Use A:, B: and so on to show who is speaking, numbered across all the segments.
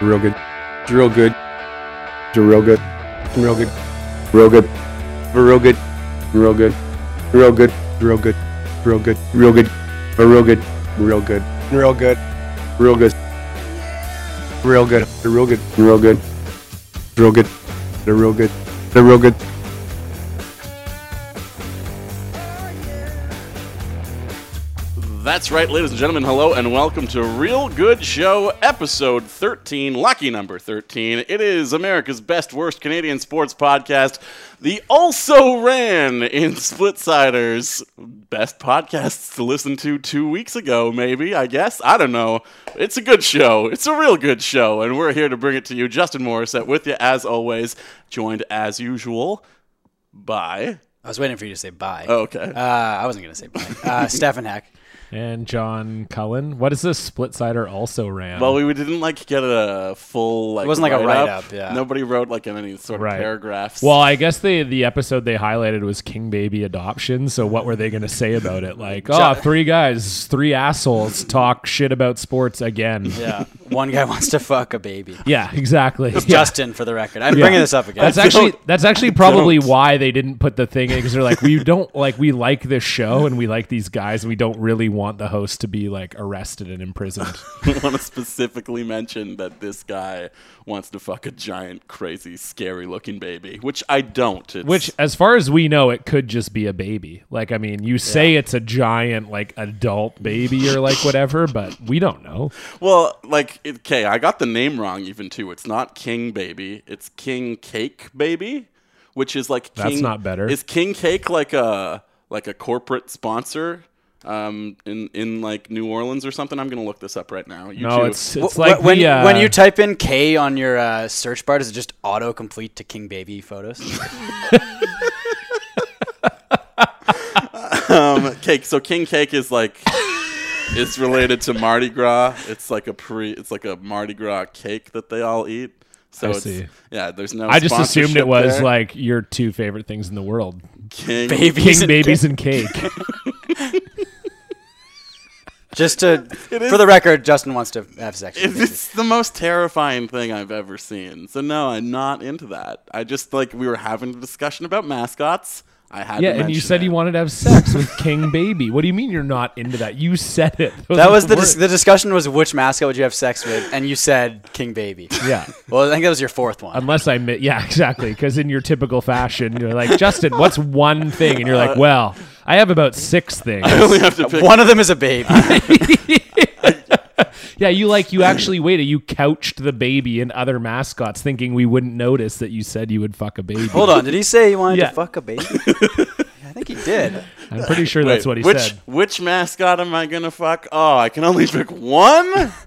A: Real good. It's real good. It's real good. It's real good. Real good. Real good. Real good. Real good. Real good. Real good. Real good. Real good. Real good. Real good. Real good. Real good. Real good. Real good. Real good. Real good. Real good.
B: That's right, ladies and gentlemen. Hello and welcome to Real Good Show, episode 13, lucky number 13. It is America's best, worst Canadian sports podcast, the also ran in Splitsiders. Best podcasts to listen to two weeks ago, maybe, I guess. I don't know. It's a good show. It's a real good show, and we're here to bring it to you. Justin Morissette with you, as always, joined as usual by.
C: I was waiting for you to say bye.
B: Oh, Okay.
C: Uh, I wasn't going to say bye. Uh, Stefan Hack.
D: And John Cullen. What is this split sider also ran?
B: Well, we didn't like get a full like.
C: It wasn't like a
B: write-up.
C: write-up, yeah.
B: Nobody wrote like any sort of
D: Right.
B: paragraphs.
D: Well, I guess the the episode they highlighted was King Baby adoption. So what were they going to say about it? Like, oh, three guys, three assholes talk shit about sports again. Yeah,
C: Yeah. One guy wants to fuck a baby.
D: exactly. Yeah.
C: Justin, for the record. I'm bringing this up again.
D: That's actually that's actually probably
B: don't.
D: why they didn't put the thing in because they're like we don't like we like this show and we like these guys and we don't really want the host to be like arrested and imprisoned.
B: we want to specifically mention that this guy wants to fuck a giant, crazy, scary-looking baby, which I don't. It's,
D: Which, as far as we know, it could just be a baby. Like, I mean, you say it's a giant, like adult baby or like whatever, but we don't know.
B: well, like, it- okay, I got the name wrong even too. It's not King Baby. It's King Cake Baby, which is like King,
D: That's not better.
B: Is King Cake like a like a corporate sponsor? Um, in in like New Orleans or something. I'm gonna look this up right now. You
D: No,
B: two-
D: it's it's
C: Wh-
D: like
C: when,
D: the, uh,
C: when you type in K on your uh, search bar, does it just autocomplete to King Baby photos?
B: Um, cake. So king cake is like it's related to Mardi Gras. It's like a pre. It's like a Mardi Gras cake that they all eat. So
D: I
B: it's,
D: see.
B: yeah, there's no.
D: I just assumed
B: sponsorship
D: it was
B: there.
D: like your two favorite things in the world:
B: king.
C: Babies.
D: king
C: and-
D: babies and cake.
C: Just to, for the record, Justin wants to have sex. With babies.
B: It's the most terrifying thing I've ever seen. So no, I'm not into that. I just like we were having a discussion about mascots. I had
D: yeah,
B: to
D: and you
B: mention
D: said
B: it.
D: you wanted to have sex with King Baby. What do you mean you're not into that? You said it. Those
C: that
D: are
C: was the, dis-
D: words.
C: the discussion was which mascot would you have sex with, and you said King Baby.
D: yeah.
C: Well, I think that was your fourth one.
D: Unless I, mi- yeah, exactly. Because in your typical fashion, you're like, Justin, what's one thing? And you're
C: Uh,
D: like, well, I have about six things.
B: I only have to pick.
C: One of them is a baby.
D: Yeah, you like you actually waited. You couched the baby and other mascots, thinking we wouldn't notice that you said you would fuck a baby.
C: Hold on, did he say he wanted
D: Yeah.
C: to fuck a baby? I think he did.
D: I'm pretty sure that's
B: Wait,
D: what he
B: which,
D: said.
B: Which mascot am I gonna fuck? Oh, I can only pick one.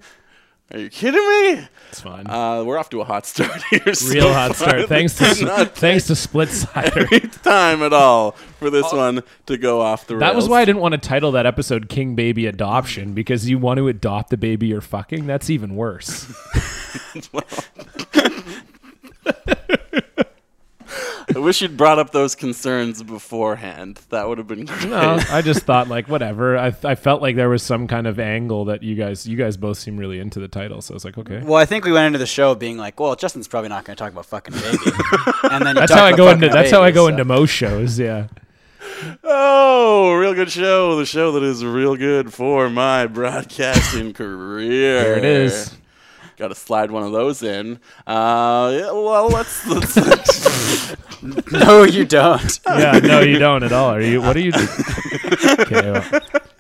B: Are you kidding me?
D: It's fine.
B: Uh, we're off to a hot start here. so
D: Real hot
B: far.
D: start. Thanks to
B: It's not
D: thanks to Split Sider.
B: any time at all for this one to go off the rails.
D: That was why I didn't want to title that episode "King Baby Adoption" because you want to adopt the baby you're fucking. That's even worse.
B: I wish you'd brought up those concerns beforehand. That would have been great.
D: No, I just thought like whatever. I, I felt like there was some kind of angle that you guys you guys both seem really into the title, so I was like, okay.
C: Well, I think we went into the show being like, "Well, Justin's probably not going to talk about fucking baby." And then you
D: That's
C: talked
D: how I
C: about
D: go
C: fucking
D: into
C: a
D: that's how I
C: baby,
D: go
C: so-
D: into most shows. Yeah.
B: Oh, real good show. The show that is real good for my broadcasting career.
D: There it is.
B: Got to slide one of those in. Uh, yeah, well, let's. let's
C: No, you don't.
D: yeah, no, you don't at all. Are you? What are you? okay, well,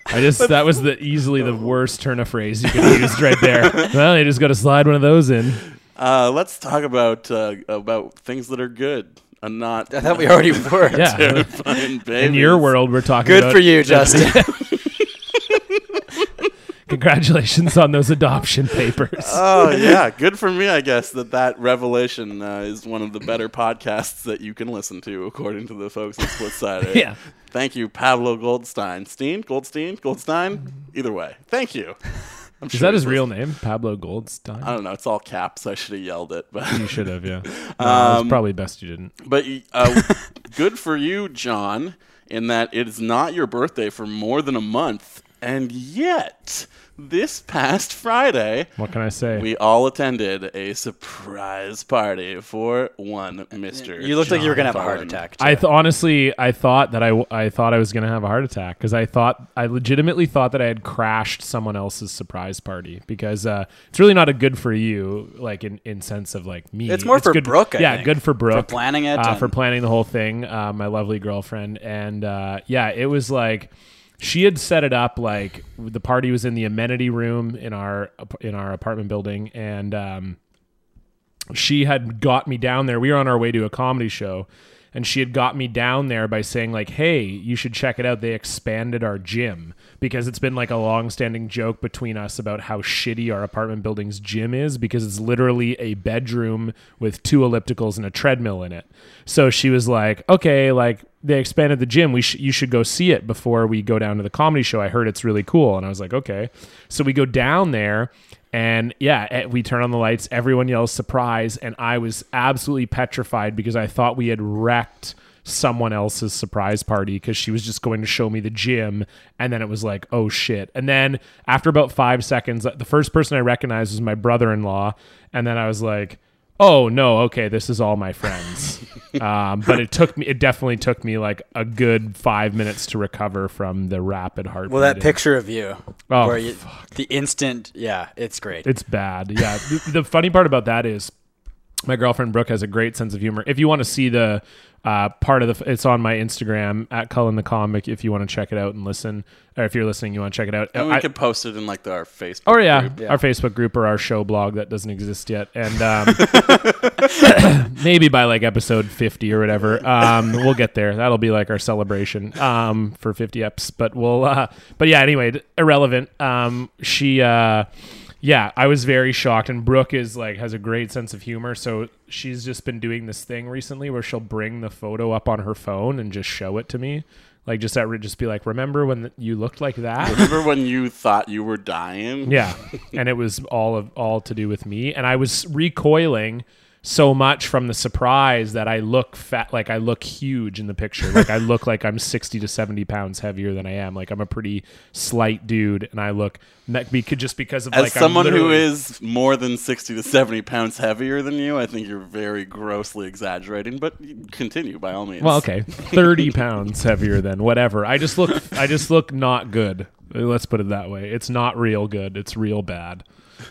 D: I just that was the easily the worst turn of phrase you could have used right there. Well, you just got to slide one of those in.
B: uh, let's talk about uh, about things that are good and not.
C: I thought we already were.
D: Yeah,
B: terrifying
D: in your
B: babies.
D: world, we're talking.
C: Good
D: about-
C: for you, Justin.
D: Congratulations on those adoption papers.
B: Oh yeah, good for me, I guess. That that revelation uh, is one of the better podcasts that you can listen to, according to the folks at Splitsider.
D: Yeah.
B: Thank you, Pablo Goldstein, Steen, Goldstein, Goldstein. Either way, thank you. I'm
D: Is that his real name, Pablo Goldstein?
B: I don't know. It's all caps. I should have yelled it, but
D: you should have, yeah. No,
B: Um,
D: it's probably best you didn't.
B: but uh, good for you, John, in that it is not your birthday for more than a month. And yet, this past Friday,
D: What can I say?
B: we all attended a surprise party for one Mr.
C: You looked like you were gonna have a
B: John
C: heart
B: Cullen.
C: attack.
D: I th- honestly, I thought that I, w- I thought I was gonna have a heart attack because I thought I legitimately thought that I had crashed someone else's surprise party because uh, it's really not a good for you like in, in sense of like me.
C: It's more for
D: good,
C: Brooke, I
D: yeah,
C: think.
D: good for Brooke
C: planning it
D: uh, for
C: and-
D: planning the whole thing. Uh, my lovely girlfriend and uh, yeah, it was like she had set it up like the party was in the amenity room in our in our apartment building and. Um, she had got me down there. We were on our way to a comedy show, and she had got me down there by saying like, "Hey, you should check it out. They expanded our gym because it's been like a long-standing joke between us about how shitty our apartment building's gym is because it's literally a bedroom with two ellipticals and a treadmill in it." So she was like, "Okay, like they expanded the gym. We sh- you should go see it before we go down to the comedy show. I heard it's really cool." And I was like, "Okay." So we go down there and yeah, eh, we turn on the lights. Everyone yells surprise. And I was absolutely petrified because I thought we had wrecked someone else's surprise party because she was just going to show me the gym. And then it was like, oh shit. And then after about five seconds, uh, the first person I recognized was my brother in law. And then I was like, oh no okay this is all my friends um, but it took me it definitely took me like a good five minutes to recover from the rapid heart
C: Well, that picture of you,
D: Oh,
C: where you, the instant, yeah, it's great.
D: It's bad. Yeah. the, the funny part about that is my girlfriend Brooke has a great sense of humor. If you want to see the uh, part of the, it's on my Instagram at Cullen the Comic. If you want to check it out and listen, or if you're listening, you want to check it out.
B: And we
D: I-
B: could post it in like the, our Facebook.
D: or Oh, yeah,
B: group.
D: our Facebook group or our show blog that doesn't exist yet, and um, maybe by like episode fifty or whatever, um, we'll get there. That'll be like our celebration um, for fifty eps. But we'll, uh, but yeah. Anyway, d- irrelevant. Um, she, uh, yeah, I was very shocked. And Brooke is like has a great sense of humor, so she's just been doing this thing recently where she'll bring the photo up on her phone and just show it to me. Like just at re- just be like, remember when you looked like that?
B: Remember when you thought you were dying?
D: Yeah, and it was all of all to do with me, and I was recoiling so much from the surprise that I look fat, like I look huge in the picture, like I look like I'm sixty to seventy pounds heavier than I am. Like I'm a pretty slight dude, and I look that be just because of
B: As
D: like I'm
B: someone who
D: literally-
B: is more than 60 to 70 pounds heavier than you, I think you're very grossly exaggerating, but continue by all means.
D: Well, okay, thirty pounds heavier than whatever. I just look, I just look not good. Let's put it that way. It's not real good. It's real bad,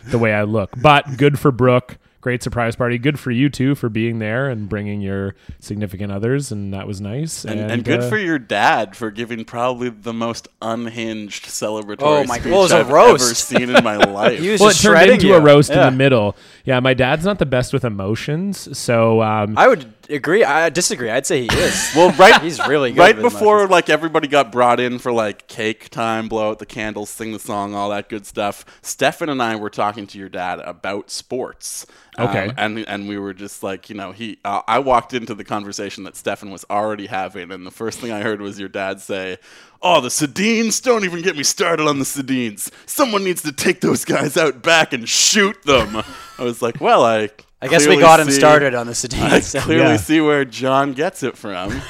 D: the way I look. But good for Brooke. Great surprise party. Good for you too for being there and bringing your significant others, and that was nice. And,
B: And, and good
D: uh,
B: for your dad for giving probably the most unhinged celebratory
C: Oh my-
B: speech
C: well, it was a
B: I've ever
C: roast.
B: seen in my life.
C: He was
D: Well, it
C: just
D: turned
C: shredding
D: into
C: you.
D: a roast
C: Yeah.
D: in the middle. Yeah, my dad's not the best with emotions, so um,
C: I would agree. I disagree. I'd say he is.
B: well, right,
C: He's really good
B: right
C: with
B: before
C: emotions.
B: like everybody got brought in for like cake time, blow out the candles, sing the song, all that good stuff. Stefan and I were talking to your dad about sports. Um,
D: Okay.
B: and and we were just like, you know, he. Uh, I walked into the conversation that Stefan was already having, and the first thing I heard was your dad say. Oh, the Sedines! Don't even get me started on the Sedines. Someone needs to take those guys out back and shoot them. I was like, well, I.
C: I guess we
B: clearly
C: got him
B: see-
C: started on the Sedin.
B: I
C: so-
B: clearly
D: Yeah.
B: see where John gets it from.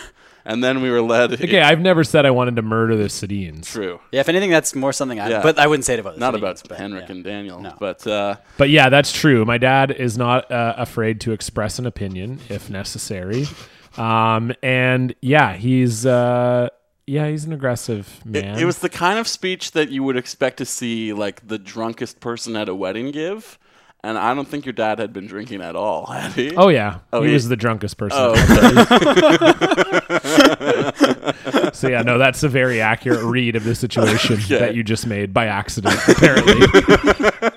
B: And then we were led.
D: okay, I've never said I wanted to murder the Sedines.
B: True.
C: Yeah, if anything, that's more something I.
B: Yeah.
C: But I wouldn't say it about the
B: Not
C: Sedins,
B: about
C: but,
B: Henrik
C: yeah.
B: and Daniel.
C: No.
B: But uh,
D: But yeah, that's true. My dad is not uh, afraid to express an opinion if necessary. Um, and yeah, he's uh, yeah, he's an aggressive man.
B: it was the kind of speech that you would expect to see like the drunkest person at a wedding give. And I don't think your dad had been drinking at all, had he?
D: Oh yeah, he
B: he-
D: was the drunkest person.
B: Oh,
D: So yeah, no, that's a very accurate read of the situation
B: Okay.
D: that you just made by accident, apparently.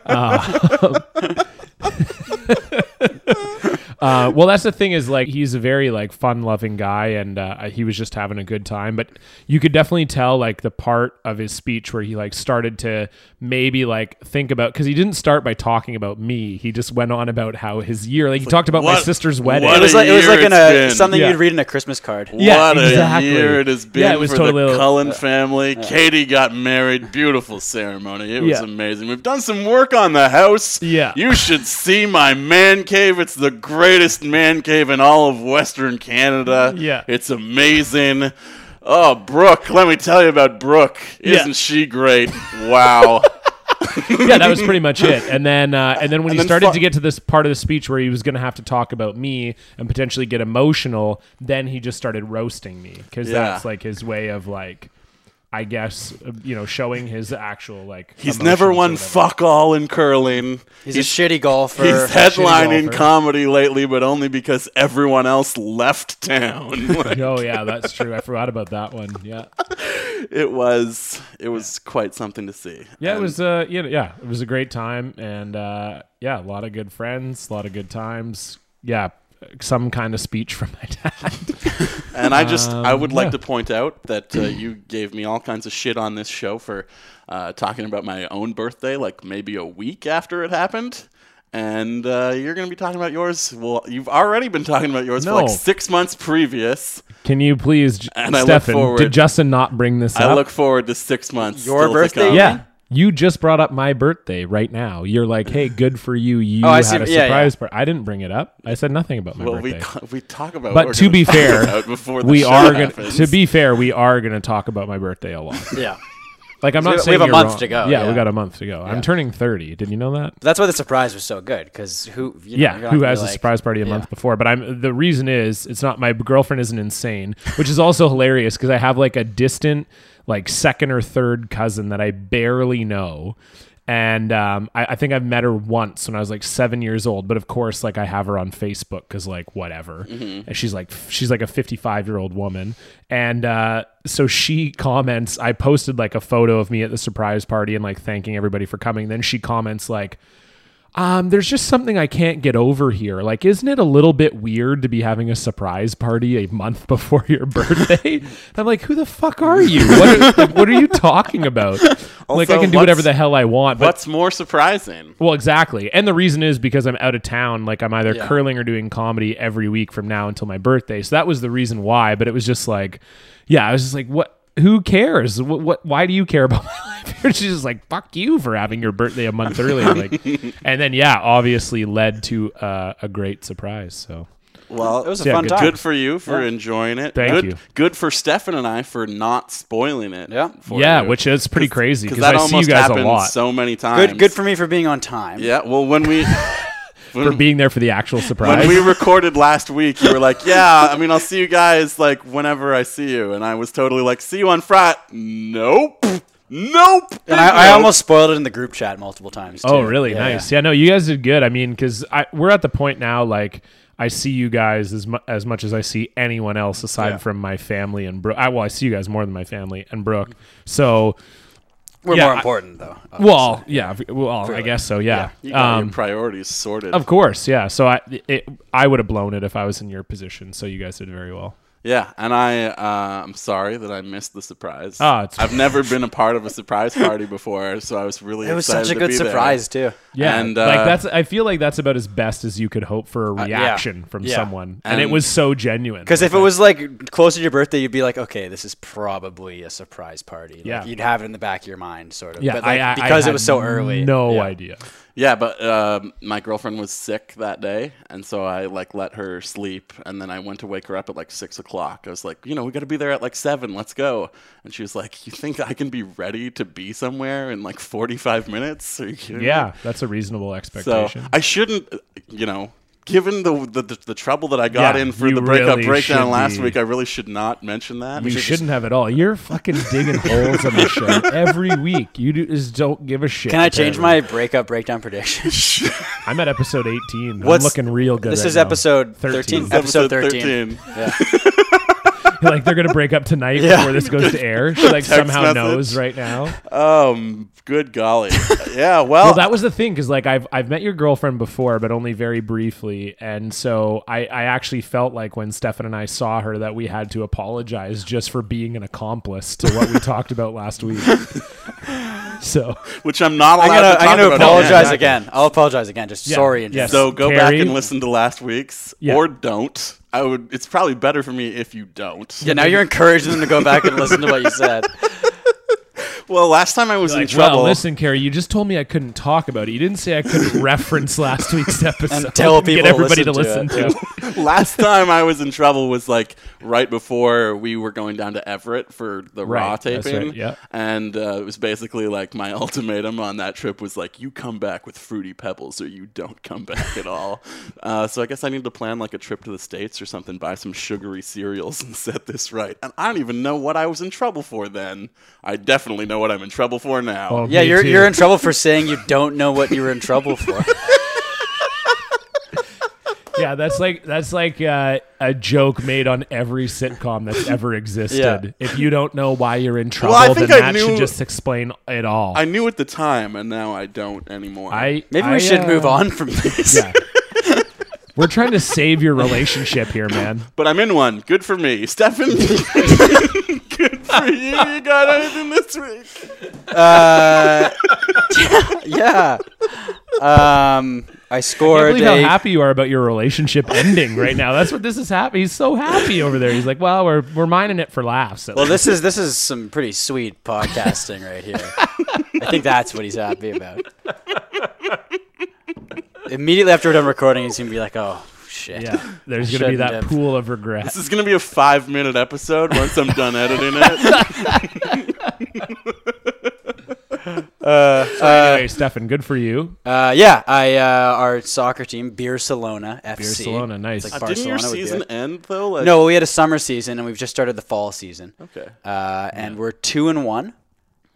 D: Uh, uh, well, that's the thing is like he's a very like fun-loving guy, and uh, he was just having a good time. But you could definitely tell like the part of his speech where he like started to maybe like think about because he didn't start by talking about me. He just went on about how his year, like he talked about my
B: what-
D: sister's
B: what
D: wedding.
B: a
C: It was like it was
B: year
C: like in
B: it's
C: a
B: been.
C: something
D: Yeah.
C: you'd read in a Christmas card.
D: Yeah,
B: what
D: exactly.
B: a year it has been
D: Yeah, it was
B: for
D: totally- uh,
B: the Cullen family. Katie got married. Beautiful ceremony. It was
D: Yeah.
B: amazing. We've done some work on the house.
D: Yeah.
B: You should see my man cave. It's the greatest man cave in all of Western Canada.
D: Yeah.
B: It's amazing. Oh, Brooke, let me tell you about Brooke.
D: Yeah.
B: Isn't she great? Wow.
D: yeah, that was pretty much it. And then, uh, and then when he
B: then
D: started
B: fu-
D: to get to this part of the speech where he was going to have to talk about me and potentially get emotional, then he just started roasting me because
B: Yeah.
D: that's like his way of like, I guess, uh, you know, showing his actual like.
B: He's never won
D: emotions or
B: fuck all in curling.
C: He's, a shitty golfer.
B: He's headlining
D: golfer.
B: comedy lately, but only because everyone else left town. Like,
D: whatever. Oh yeah, that's true. I forgot about that one. Yeah,
B: it was it was quite something to see.
D: yeah, it was. Uh, you know, yeah, it was a great time, and uh, yeah, a lot of good friends, a lot of good times. Yeah, some kind of speech from my dad.
B: And I just I would like
D: Um,
B: to
D: yeah.
B: point out that uh, you gave me all kinds of shit on this show for uh, talking about my own birthday, like maybe a week after it happened. And uh, you're going to be talking about yours. Well, you've already been talking about yours for
D: No.
B: like six months previous.
D: Can you please, J-
B: And I look
D: Stefan?
B: forward-
D: Did Justin not bring this up?
B: I look forward to six months.
C: Your
B: still to
C: birthday?
B: come.
D: Yeah. You just brought up my birthday right now. You're like, "Hey, good for you. You
C: Oh, I
D: had
C: see.
D: a
C: Yeah,
D: surprise party." I didn't bring it up. I said nothing about my
B: Well, we,
D: birthday.
B: ta- we talk about. what
D: but
B: we're
D: to
B: gonna
D: be
B: talk
D: fair,
B: about before the
D: we
B: show
D: are going
B: happens.
D: to be fair, we are going to talk about my birthday a lot.
C: yeah.
D: Like I'm
C: So
D: not
C: we- we
D: saying
C: have a
D: you're
C: month
D: wrong.
C: to go,
D: Yeah, we
C: yeah.
D: got a month to go. I'm turning 30. Did you know that?
C: That's why the surprise was so good because who? You know,
D: Yeah,
C: you're not
D: who
C: gonna
D: has
C: be
D: a
C: like-
D: surprise party a month before? But I'm the reason is it's not my girlfriend isn't insane, which is also hilarious because I have like a distant, like second or third cousin that I barely know. And um, I, I think I've met her once when I was like seven years old, but of course, like I have her on Facebook because like whatever.
C: Mm-hmm.
D: And she's like she's like a fifty five year old woman, and uh, so she comments. I posted like a photo of me at the surprise party and like thanking everybody for coming. Then she comments like, um, there's just something I can't get over here. Like, isn't it a little bit weird to be having a surprise party a month before your birthday? and I'm like, who the fuck are you? What are, like, what are you talking about? like, I
B: Also,
D: can do whatever
B: what's-
D: the hell I want. But,
B: What's more surprising?
D: well, exactly. And the reason is because I'm out of town. Like, I'm either
C: Yeah.
D: curling or doing comedy every week from now until my birthday. So that was the reason why. But it was just like, yeah, I was just like, what? Who cares? What, what? Why do you care about my life? And she's just like, "Fuck you for having your birthday a month earlier." Like, and then yeah, obviously led to uh, a great surprise. So
B: Well,
C: It was a
D: Yeah,
C: fun
D: good-
C: time.
B: good for you for enjoying it.
D: Thank
B: good,
D: you.
B: Good for Stefan and I for not spoiling it.
C: Yeah.
B: for
D: yeah,
B: you.
D: which is pretty crazy because
B: that
D: I see you
B: almost
D: guys a
B: happened
D: lot
B: so many times.
C: Good, good for me for being on time.
B: Yeah. Well, when we
D: for being there for the actual surprise.
B: when we recorded last week, you were like, "Yeah, I mean, I'll see you guys like whenever I see you," and I was totally like, "See you on Friday." Nope. Nope.
C: And I, I almost spoiled it in the group chat multiple times.
D: Oh,
C: too.
D: really?
C: Yeah.
D: Nice. Yeah, no, you guys did good. I mean, because we're at the point now, like, I see you guys as, mu- as much as I see anyone else aside from my family and Brooke. I, well, I see you guys more than my family and Brooke. So,
C: We're
D: Yeah,
C: more
D: I-
C: important though. obviously.
D: well, yeah, v- well, I guess so, yeah.
B: You got
D: Um,
B: your priorities sorted.
D: of course, yeah. So I, it, I would have blown it if I was in your position. So you guys did very well.
B: Yeah, and I uh, I'm sorry that I missed the surprise.
D: Ah, it's-
B: I've never been a part of a surprise party before, so I was really
C: it was
B: excited
C: such a
B: to
C: good
B: be there.
C: surprise too.
D: Yeah,
B: And,
D: like
B: uh,
D: that's. I feel like that's about as best as you could hope for a reaction from
C: Uh, Yeah.
D: someone, and, it
B: And-
D: was so genuine.
C: Because if it was like close to your birthday, you'd be like, okay, this is probably a surprise party. Like,
D: Yeah.
C: you'd have it in the back of your mind, sort of.
D: yeah,
C: but
D: I-
C: like,
D: I, I
C: because it
D: had
C: was so early.
D: no
C: yeah.
D: idea.
B: Yeah, but um, my girlfriend was sick that day, and so I like let her sleep, and then I went to wake her up at like six o'clock. I was like, you know, we got to be there at like seven. Let's go. And she was like, you think I can be ready to be somewhere in like forty five minutes? Are you kidding me?
D: Yeah, that's a reasonable
B: So
D: expectation.
B: I shouldn't, you know. Given the, the the- the trouble that I got
D: Yeah,
B: in for
D: you
B: the breakup
D: really
B: breakdown
D: should
B: last
D: be-
B: week, I really should not mention that.
D: you shouldn't have it all. You're fucking digging holes in the show every week. You do, just don't give a shit.
C: Can I change my
D: apparently.
C: breakup breakdown prediction?
D: I'm at episode 18.
C: What's-
D: I'm looking real good.
C: this
D: right
C: is
D: now.
C: episode 13. Episode 13. yeah.
D: like they're gonna break up tonight
C: Yeah.
D: before this goes to air. She like somehow
B: message.
D: knows right now.
B: Um, good golly. yeah, well,
C: Oh.
D: Well, that was the thing because like I've I've met your girlfriend before, but only very briefly, and so I I actually felt like when Stefan and I saw her that we had to apologize just for being an accomplice to what we talked about last week. So
B: which I'm not
C: I'm
B: allowed
C: gonna,
B: to talk
C: I'm gonna
B: about.
C: apologize
D: exactly.
C: again. I'll apologize again. Just
D: Yeah,
C: sorry and
D: yes.
C: just
B: So go
D: Carrie?
B: back and listen to last week's,
D: Yeah.
B: or don't. I would. It's probably better for me if you don't.
C: yeah. Now you're encouraging them to go back and listen to what you said.
B: Well, last time I was in
D: Like,
B: trouble.
D: well, listen, Carrie, you just told me I couldn't talk about it. You didn't say I couldn't reference last week's episode
C: tell
D: get
C: people to
D: everybody
C: listen
D: to
C: to
D: listen to.
B: last time I was in trouble was like right before we were going down to Everett for the Raw
D: Right, that's
B: taping.
D: right, yeah.
B: And uh, it was basically like my ultimatum on that trip was like, you come back with Fruity Pebbles or you don't come back at all. Uh, so I guess I need to plan like a trip to the States or something, buy some sugary cereals and set this right. And I don't even know what I was in trouble for then. I definitely know what I'm in trouble for now.
D: Oh,
C: Yeah,
D: me
C: you're
D: too.
C: you're in trouble for saying you don't know what you were in trouble for.
D: yeah, that's like that's like uh, a joke made on every sitcom that's ever existed. If you don't know why you're in trouble,
B: I
D: then
B: think I
D: that
B: knew-
D: should just explain it all.
B: I knew at the time, and now I don't anymore.
D: I
C: Maybe
D: I,
C: we should
D: uh,
C: move on from this.
D: yeah. We're trying to save your relationship here, man.
B: but I'm in one. Good for me. Stefan, good for you. You got anything this week?
C: Uh, yeah. Um, I
D: I can't
C: scored.
D: believe how
C: a-
D: happy you are about your relationship ending right now. That's what this is happy. He's so happy over there. He's like, well, we're we're mining it for laughs. at
C: well,
D: least."
C: this is this is some pretty sweet podcasting right here. I think that's what he's happy about. Immediately after we're done recording, he's gonna be like, "Oh shit."
D: yeah, there's gonna be
C: Shouldn't
D: that
C: have.
D: pool of regret.
B: This is going to be a five minute episode once I'm done editing it.
D: anyway, Stefan, good for you.
C: Uh, yeah, I uh, our soccer team, Beer Salona FC.
D: Barcelona, nice.
C: It's like
B: Uh, Didn't your
C: Barcelona would be
B: season
C: it.
B: end, though? Like,
C: No, we had a summer season, and we've just started the fall season.
B: Okay.
C: Uh, and we're two and one,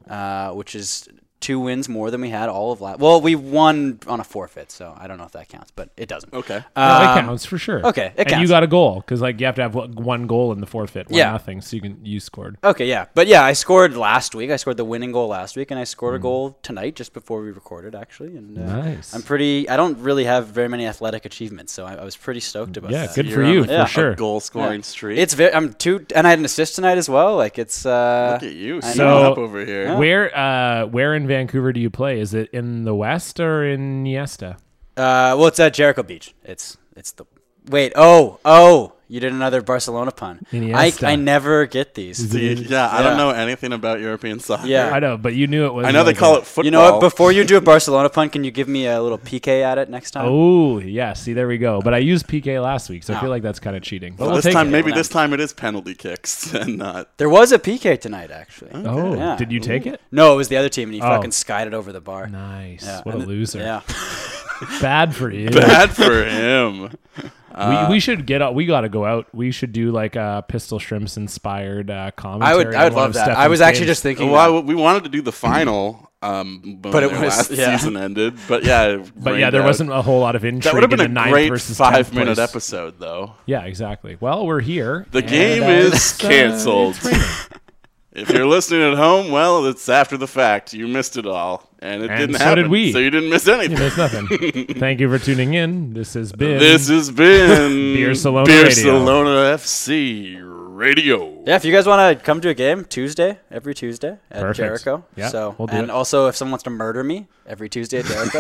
C: uh, which is two wins more than we had all of last. Well, we won on a forfeit, so I don't know if that counts, but it doesn't.
B: Okay.
D: No, it
C: Um,
D: counts for sure.
C: okay, it
D: and you
C: counts.
D: got a goal because like you have to have like, one goal in the forfeit, one
C: Yeah.
D: nothing, so you can you scored.
C: Okay, yeah, but yeah, I scored last week. I scored the winning goal last week, and I scored a goal tonight just before we recorded, actually. And uh,
D: Mm. Nice.
C: I'm pretty. I don't really have very many athletic achievements, so I, I was pretty stoked about
D: yeah,
C: that.
D: good for
B: You're um, on
D: you
B: a-
D: for
C: Yeah.
D: sure.
B: Goal scoring
C: Yeah.
B: streak.
C: It's very. I'm two, and I had an assist tonight as well. Like it's. Uh,
B: Look at you.
C: I
B: So,
D: know.
B: up over here.
D: Where uh where in Vancouver do you play? Is it in the west or in Niesta?
C: Uh, well, it's at Jericho Beach. It's it's the wait. Oh, oh, you did another Barcelona pun. I,
D: Iniesta.
C: I never get these.
B: Dude, yeah, I
C: Yeah.
B: don't know anything about European soccer.
C: Yeah.
D: I know, but you knew it was.
B: I know they
D: like
B: call
D: a-
B: it football.
C: You know what? Before you do a Barcelona pun, can you give me a little PK at it next time?
D: Oh yeah, see there we go. But I used PK last week, so I feel like that's kind of cheating. But we'll
B: this
D: take
B: time,
D: it.
B: maybe
C: Well,
B: this time it is penalty kicks and not.
C: There was a PK tonight, actually.
D: Oh,
C: Yeah.
D: did you take it?
C: No, it was the other team, and he
D: Oh.
C: fucking skied it over the bar.
D: Nice.
C: Yeah.
D: What a
C: And it-
D: loser.
C: Yeah.
D: Bad for you.
B: Bad for him. Uh,
D: we, we should get out. We got to go out. We should do like a Pistol Shrimps inspired uh,
C: I
D: commentary.
C: would I would
D: on one
C: love
D: of
C: that. I
D: Stefan's
C: was actually
D: games.
C: just thinking.
B: Well, Oh, I
C: that.
B: w we wanted to do the final, um, but
C: it
B: their
C: was-
B: last
C: yeah.
B: season ended. But yeah, it
D: But yeah, there
B: rained out.
D: wasn't a whole lot of intrigue.
B: That would have been
D: in
B: a
D: the ninth
B: great
D: versus
B: five
D: 10th
B: minute
D: place.
B: episode, though.
D: Yeah, exactly. Well, we're here.
B: The
D: and,
B: game
D: uh,
B: is
D: it's, uh,
B: canceled.
D: it's raining.
B: if you're listening at home, well, it's after the fact. You missed it all, and it
D: And
B: didn't
D: so
B: happen.
D: did we.
B: So you didn't miss anything.
D: There's nothing. Thank you for tuning in. This has been.
B: this has been
D: Beer Salona
B: Beer
D: Radio.
B: Salona FC Radio.
C: Yeah, if you guys want to come to a game Tuesday, every Tuesday at
D: Perfect.
C: Jericho.
D: Yeah,
C: so
D: we'll do
C: and
D: it.
C: also if someone wants to murder me every Tuesday at Jericho,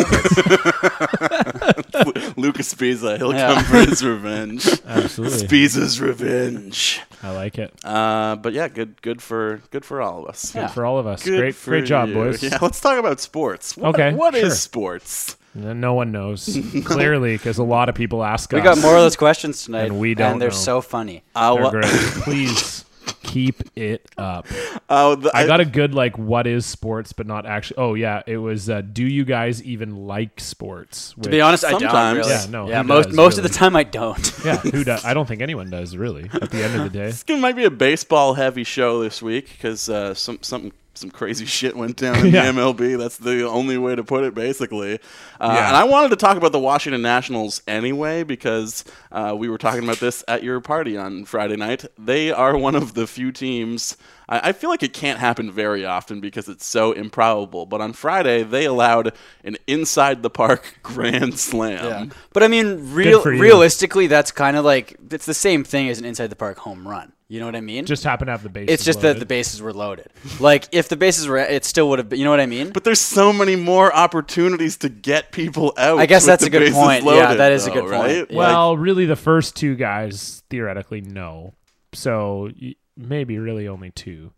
B: Lucas Biza, he'll
C: Yeah.
B: come for his revenge.
D: Absolutely.
B: Biza's revenge.
D: I like it.
B: Uh, but yeah, good, good for, good for all of us.
C: Yeah.
D: For all of us.
B: Ah, Good
D: great
B: for
D: great job,
B: you.
D: boys.
B: Yeah, let's talk about sports. What,
D: Okay,
B: what is
D: sure.
B: sports?
D: No no one knows. Clearly, because a lot of people ask
C: we
D: us.
C: got more of those questions tonight,
D: And we don't
C: they're
D: know.
C: so funny.
B: Uh,
D: They're
B: wha-
D: great. Please keep it up.
B: uh, the-
D: I got a good like what is sports but not actually. Oh yeah, it was uh, do you guys even like sports?
C: To be honest, I don't.
B: Sometimes.
C: Really.
D: Yeah, no,
C: Yeah,
D: who
C: most
D: does,
C: most of
D: really?
C: the time I don't.
D: Yeah, who does? I don't think anyone does really. At the end of the day,
B: This might be a baseball heavy show this week because uh, some some some crazy shit went down in
D: Yeah.
B: the MLB. That's the only way to put it, basically. Uh,
D: Yeah.
B: And I wanted to talk about the Washington Nationals anyway because uh, we were talking about this at your party on Friday night. They are one of the few teams. I, I feel like it can't happen very often because it's so improbable. But on Friday, they allowed an inside the park grand slam.
C: But I mean, real
D: for you.
C: realistically, that's kind of like it's the same thing as an inside the park home run. You know what I mean?
D: just happen to have the base.
C: it's just that the bases were loaded. like if the bases were, it still would have. been You know what I mean?
B: But there's so many more opportunities to get people out.
C: I guess
B: with
C: that's
B: the
C: a good
B: bases
C: point. Yeah,
B: loaded,
C: that is a
B: though,
C: good point.
B: right?
C: Yeah.
B: Like,
D: well, really, the first two guys theoretically no, so y- maybe really only two.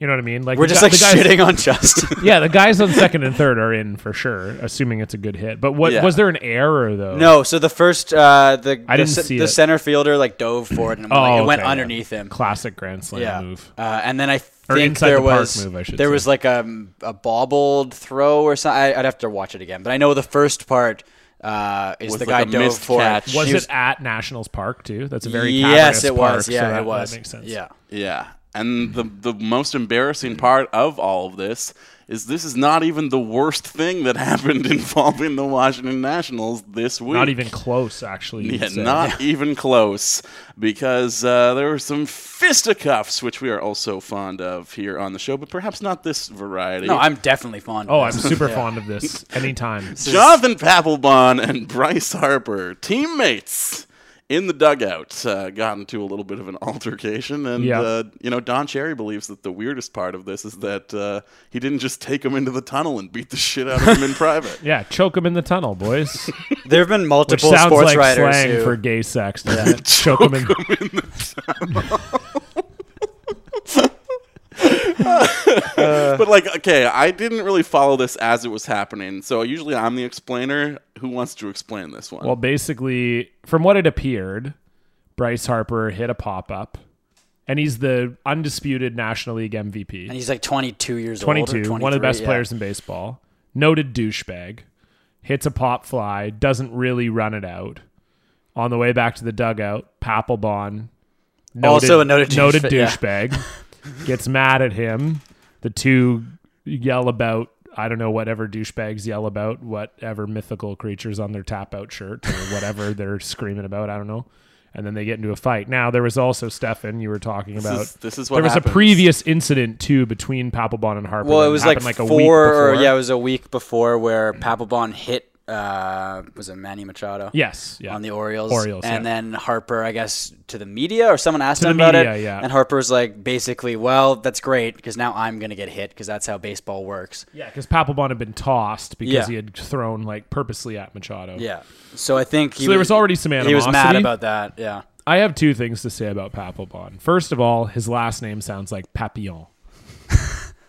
D: You know what I mean? Like
C: We're
D: the
C: just
D: guy-
C: like
D: the guys-
C: shitting on Justin.
D: Yeah, the guys on second and third are in for sure, assuming it's a good hit. But what
C: Yeah.
D: was there an error though?
C: No, so the first uh, the
D: I
C: the,
D: didn't
C: ce-
D: see
C: the
D: it.
C: center fielder like dove for it and
D: Oh,
C: like, it went
D: okay, yeah.
C: underneath him.
D: classic grand slam
C: yeah,
D: move.
C: Uh, and then I
D: Or
C: think
D: inside
C: there
D: the park
C: was
D: move, I should
C: there
D: say.
C: was like a, a bobbled throw or something. I, I'd have to watch it again, but I know the first part uh, is
B: Was
C: the
B: like a
C: guy dove
B: missed
C: for
B: catch.
C: it.
D: Was
C: He
D: it at Nationals Park too? That's a very
C: yes,
D: cavernous
C: it was.
D: park,
C: yeah,
D: so that-
C: it was.
D: That makes sense.
C: Yeah,
B: Yeah. And the the most embarrassing part of all of this is this is not even the worst thing that happened involving the Washington Nationals this week.
D: not even close actually. you'd
B: Yeah,
D: say.
B: not even close because uh, there were some fisticuffs, which we are also fond of here on the show, but perhaps not this variety.
C: no, I'm definitely fond.
D: Oh,
C: of
D: I'm
C: this.
D: super fond of this. Anytime.
B: Jonathan Papelbon and Bryce Harper, teammates in the dugout, uh, got into a little bit of an altercation. And,
D: Yeah.
B: uh, you know, Don Cherry believes that the weirdest part of this is that uh, he didn't just take him into the tunnel and beat the shit out of him in private.
D: Yeah, choke him in the tunnel, boys.
C: There have been
D: Which
C: multiple
D: sounds
C: sports
D: like
C: writers
D: slang
C: who,
D: for gay sex. doesn't it? choke him in.
B: but like okay i didn't really follow this as it was happening so usually i'm the explainer who wants to explain this one
D: Well, basically, from what it appeared, Bryce Harper hit a pop up, and he's the undisputed National League MVP.
C: and he's like 22 years old.
D: 22,
C: or
D: one
C: 23,
D: of the best
C: yeah.
D: players in baseball, noted douchebag, hits a pop fly, doesn't really run it out. On the way back to the dugout, Papelbon, noted,
C: Also a noted doucheba- yeah.
D: douchebag, gets mad at him. The two yell about, I don't know, whatever douchebags yell about, whatever mythical creatures on their tap out shirt or whatever they're screaming about, I don't know. And then they get into a fight. Now, there was also Stefan, you were talking about.
B: is- this is what
D: uh, There was
B: happens.
D: a previous incident, too, between Papelbon and Harper.
C: Well,
D: that
C: it was like,
D: happened,
C: four
D: a week
C: or
D: before. Mm.
C: yeah, it was a week before where Papelbon hit uh was it Manny Machado?
D: Yes. Yeah.
C: On the Orioles,
D: Orioles,
C: and
D: yeah.
C: then Harper, I guess, to the media or someone asked
D: To
C: him
D: the
C: about it,
D: media, yeah.
C: and Harper's like, basically, well, that's great because now I'm gonna get hit because that's how baseball works.
D: Yeah, because Papelbon had been tossed because
C: Yeah.
D: he had thrown like purposely at Machado.
C: Yeah, so I think he
D: So there was already some
C: he was mad
D: animosity.
C: about that. Yeah,
D: I have two things to say about Papelbon. First of all, his last name sounds like Papillon.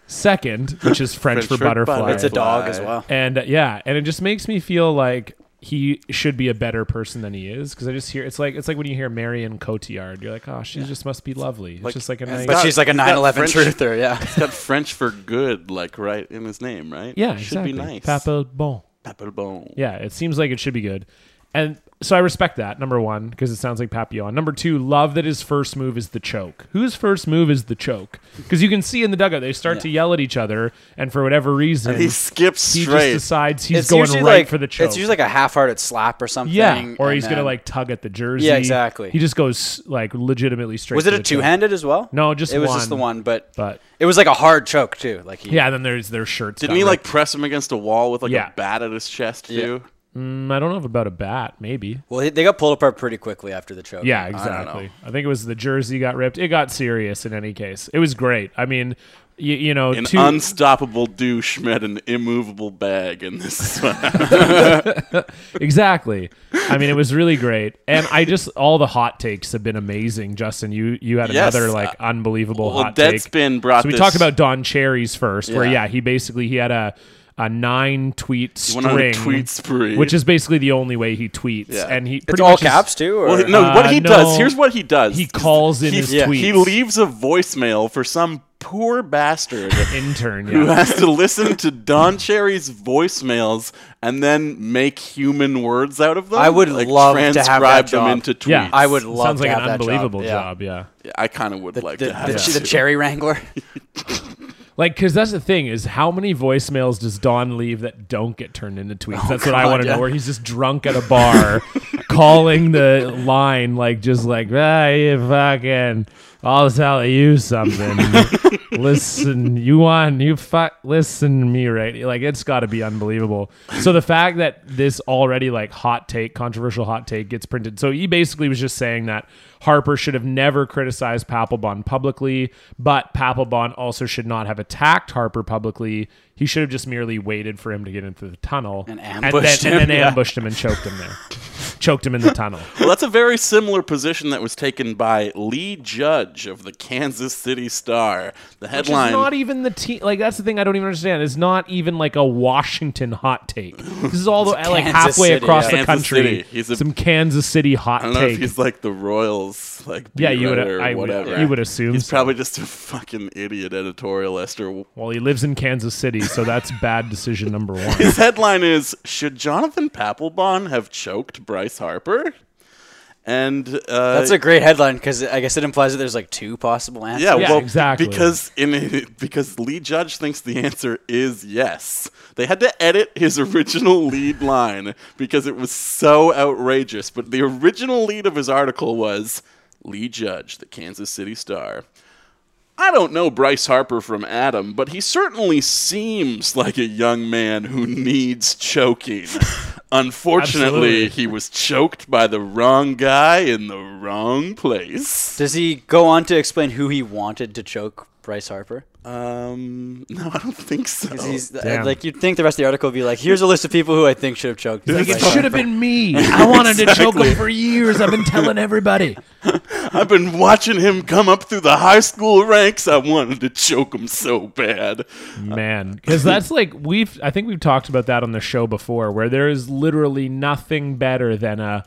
D: Second, which is French,
B: French
D: for
B: for
D: butterfly.
B: butterfly.
C: it's a dog
B: Why?
C: as well.
D: and uh, yeah, and it just makes me feel like he should be a better person than he is because I just hear it's like it's like when you hear Marion Cotillard, you're like, oh, she just must be lovely. It's just like a nice.
B: and
C: But
B: Got-
C: she's like a
B: he's got
C: 9/11
B: French-
C: truther. Yeah,
B: it's got french for good like right in his name right
D: yeah,
B: It should
D: exactly.
B: be nice
D: Papelbon.
B: Papelbon.
D: Yeah, it seems like it should be good. And so I respect that, number one, because it sounds like Papillon. Number two, love that his first move is the choke. Whose first move is the choke? Because you can see in the dugout, they start to yell at each other, and for whatever reason,
B: he skips
D: he just
B: straight
D: decides he's
C: it's
D: going
C: usually
D: right
C: like
D: for the choke.
C: It's usually like a half-hearted slap or something.
D: yeah, or
C: and
D: he's going to
C: then-
D: like tug at the jersey.
C: Yeah, exactly.
D: He just goes like legitimately straight.
C: Was
D: to
C: it a
D: the choke.
C: two-handed as well?
D: No, just
C: it was
D: one.
C: just the one, but
D: But
C: it was like a hard choke too. Like he,
D: yeah, then there's their shirts.
B: didn't
D: got
B: he
D: ripped.
B: like press him against a wall with like
D: Yeah.
B: a bat at his chest too
D: Mm, I don't know if about a bat, maybe.
C: Well, he- they got pulled apart pretty quickly after the choke.
D: Yeah, exactly. I, think it was the jersey got ripped. It got serious in any case. It was great. I mean, you, you know,
B: an
D: two,
B: unstoppable douche met an immovable bag and this is what happened.
D: exactly. I mean, it was really great. And I just all the hot takes have been amazing. Justin, you you had
B: Yes. uh,
D: another like unbelievable
B: well
D: hot take.
B: Deadspin brought
D: So we
B: this-
D: talked about Don Cherry's first, where
C: Yeah.
D: yeah, he basically he had a a nine tweet
B: went on a
D: string,
B: tweet spree.
D: which is basically the only way he tweets,
B: Yeah.
D: and he
C: It's
D: pretty
C: all
D: much is-
C: caps too. Or?
B: Well, he- no,
D: Uh,
B: what he
D: no.
B: does, here's what he does.
D: He calls in
B: he,
D: his
B: yeah,
D: tweets.
B: He leaves a voicemail for some poor bastard
D: intern.
B: who
D: Yeah.
B: has to listen to Don Cherry's voicemails and then make human words out of them.
C: I would
B: like,
C: love to have that
B: transcribe them
C: job.
B: into tweets.
D: Yeah,
C: I would love
D: Sounds
C: to
D: like
C: have
D: an
C: that job.
D: unbelievable
C: Yeah.
D: job. Yeah.
B: I kind of would like
C: the,
B: to have
C: the-
B: that.
C: the
B: too.
C: cherry wrangler.
D: Like, because that's the thing is how many voicemails does Don leave that don't get turned into tweets? that's what I
C: Oh, God,
D: want to
C: yeah.
D: know. Where he's just drunk at a bar, calling the line like just like, hey, you fucking, I'll tell you something. listen, you want you fuck, listen to me right? Like, it's got to be unbelievable. So the fact that this already like hot take, controversial hot take gets printed. So he basically was just saying that Harper should have never criticized Papelbon publicly, but Papelbon also should not have attacked Harper publicly. He should have just merely waited for him to get into the tunnel
C: And ambushed
D: then,
C: him,
D: and then
C: yeah.
D: ambushed him and choked him there, choked him in the tunnel.
B: Well, that's a very similar position that was taken by Lee Judge of the Kansas City Star. The
D: Which is
B: headline
D: not even the team. Like that's the thing I don't even understand. It's not even like a Washington hot take. This is all the, like
C: Kansas
D: halfway
C: City,
D: across
C: yeah.
D: the
B: Kansas
D: country.
B: City. He's a-
D: some Kansas City hot
B: I don't know if
D: take.
B: he's like the Royals, like
D: Yeah, you would-
B: beat writer or
D: I would-
B: whatever.
D: you would assume
B: he's
D: so.
B: probably just a fucking idiot editorialist. Or
D: well, he lives in Kansas City, so that's bad decision number one.
B: his headline is: Should Jonathan Papelbon have choked Bryce Harper? And uh,
C: That's a great headline because I guess it implies that there's like two possible answers.
B: yeah,
D: Yeah,
B: well,
D: exactly.
B: Because in because Lee Judge thinks the answer is yes. They had to edit his original lead line because it was so outrageous. But the original lead of his article was Lee Judge, the Kansas City Star. I don't know Bryce Harper from Adam, but he certainly seems like a young man who needs choking. Unfortunately,
D: Absolutely.
B: he was choked by the wrong guy in the wrong place.
C: Does he go on to explain who he wanted to choke Bryce Harper?
B: Um, no, I don't think so.
C: 'Cause he's uh,
D: Damn.
C: like you'd think the rest of the article would be like, here's a list of people who I think should have choked.
D: Like,
C: Bryce
D: it should have been me. I wanted to choke him for years. I've been telling everybody.
B: I've been watching him come up through the high school ranks. I wanted to choke him so bad.
D: Man, because that's like we've I think we've talked about that on the show before, where there is literally nothing better than a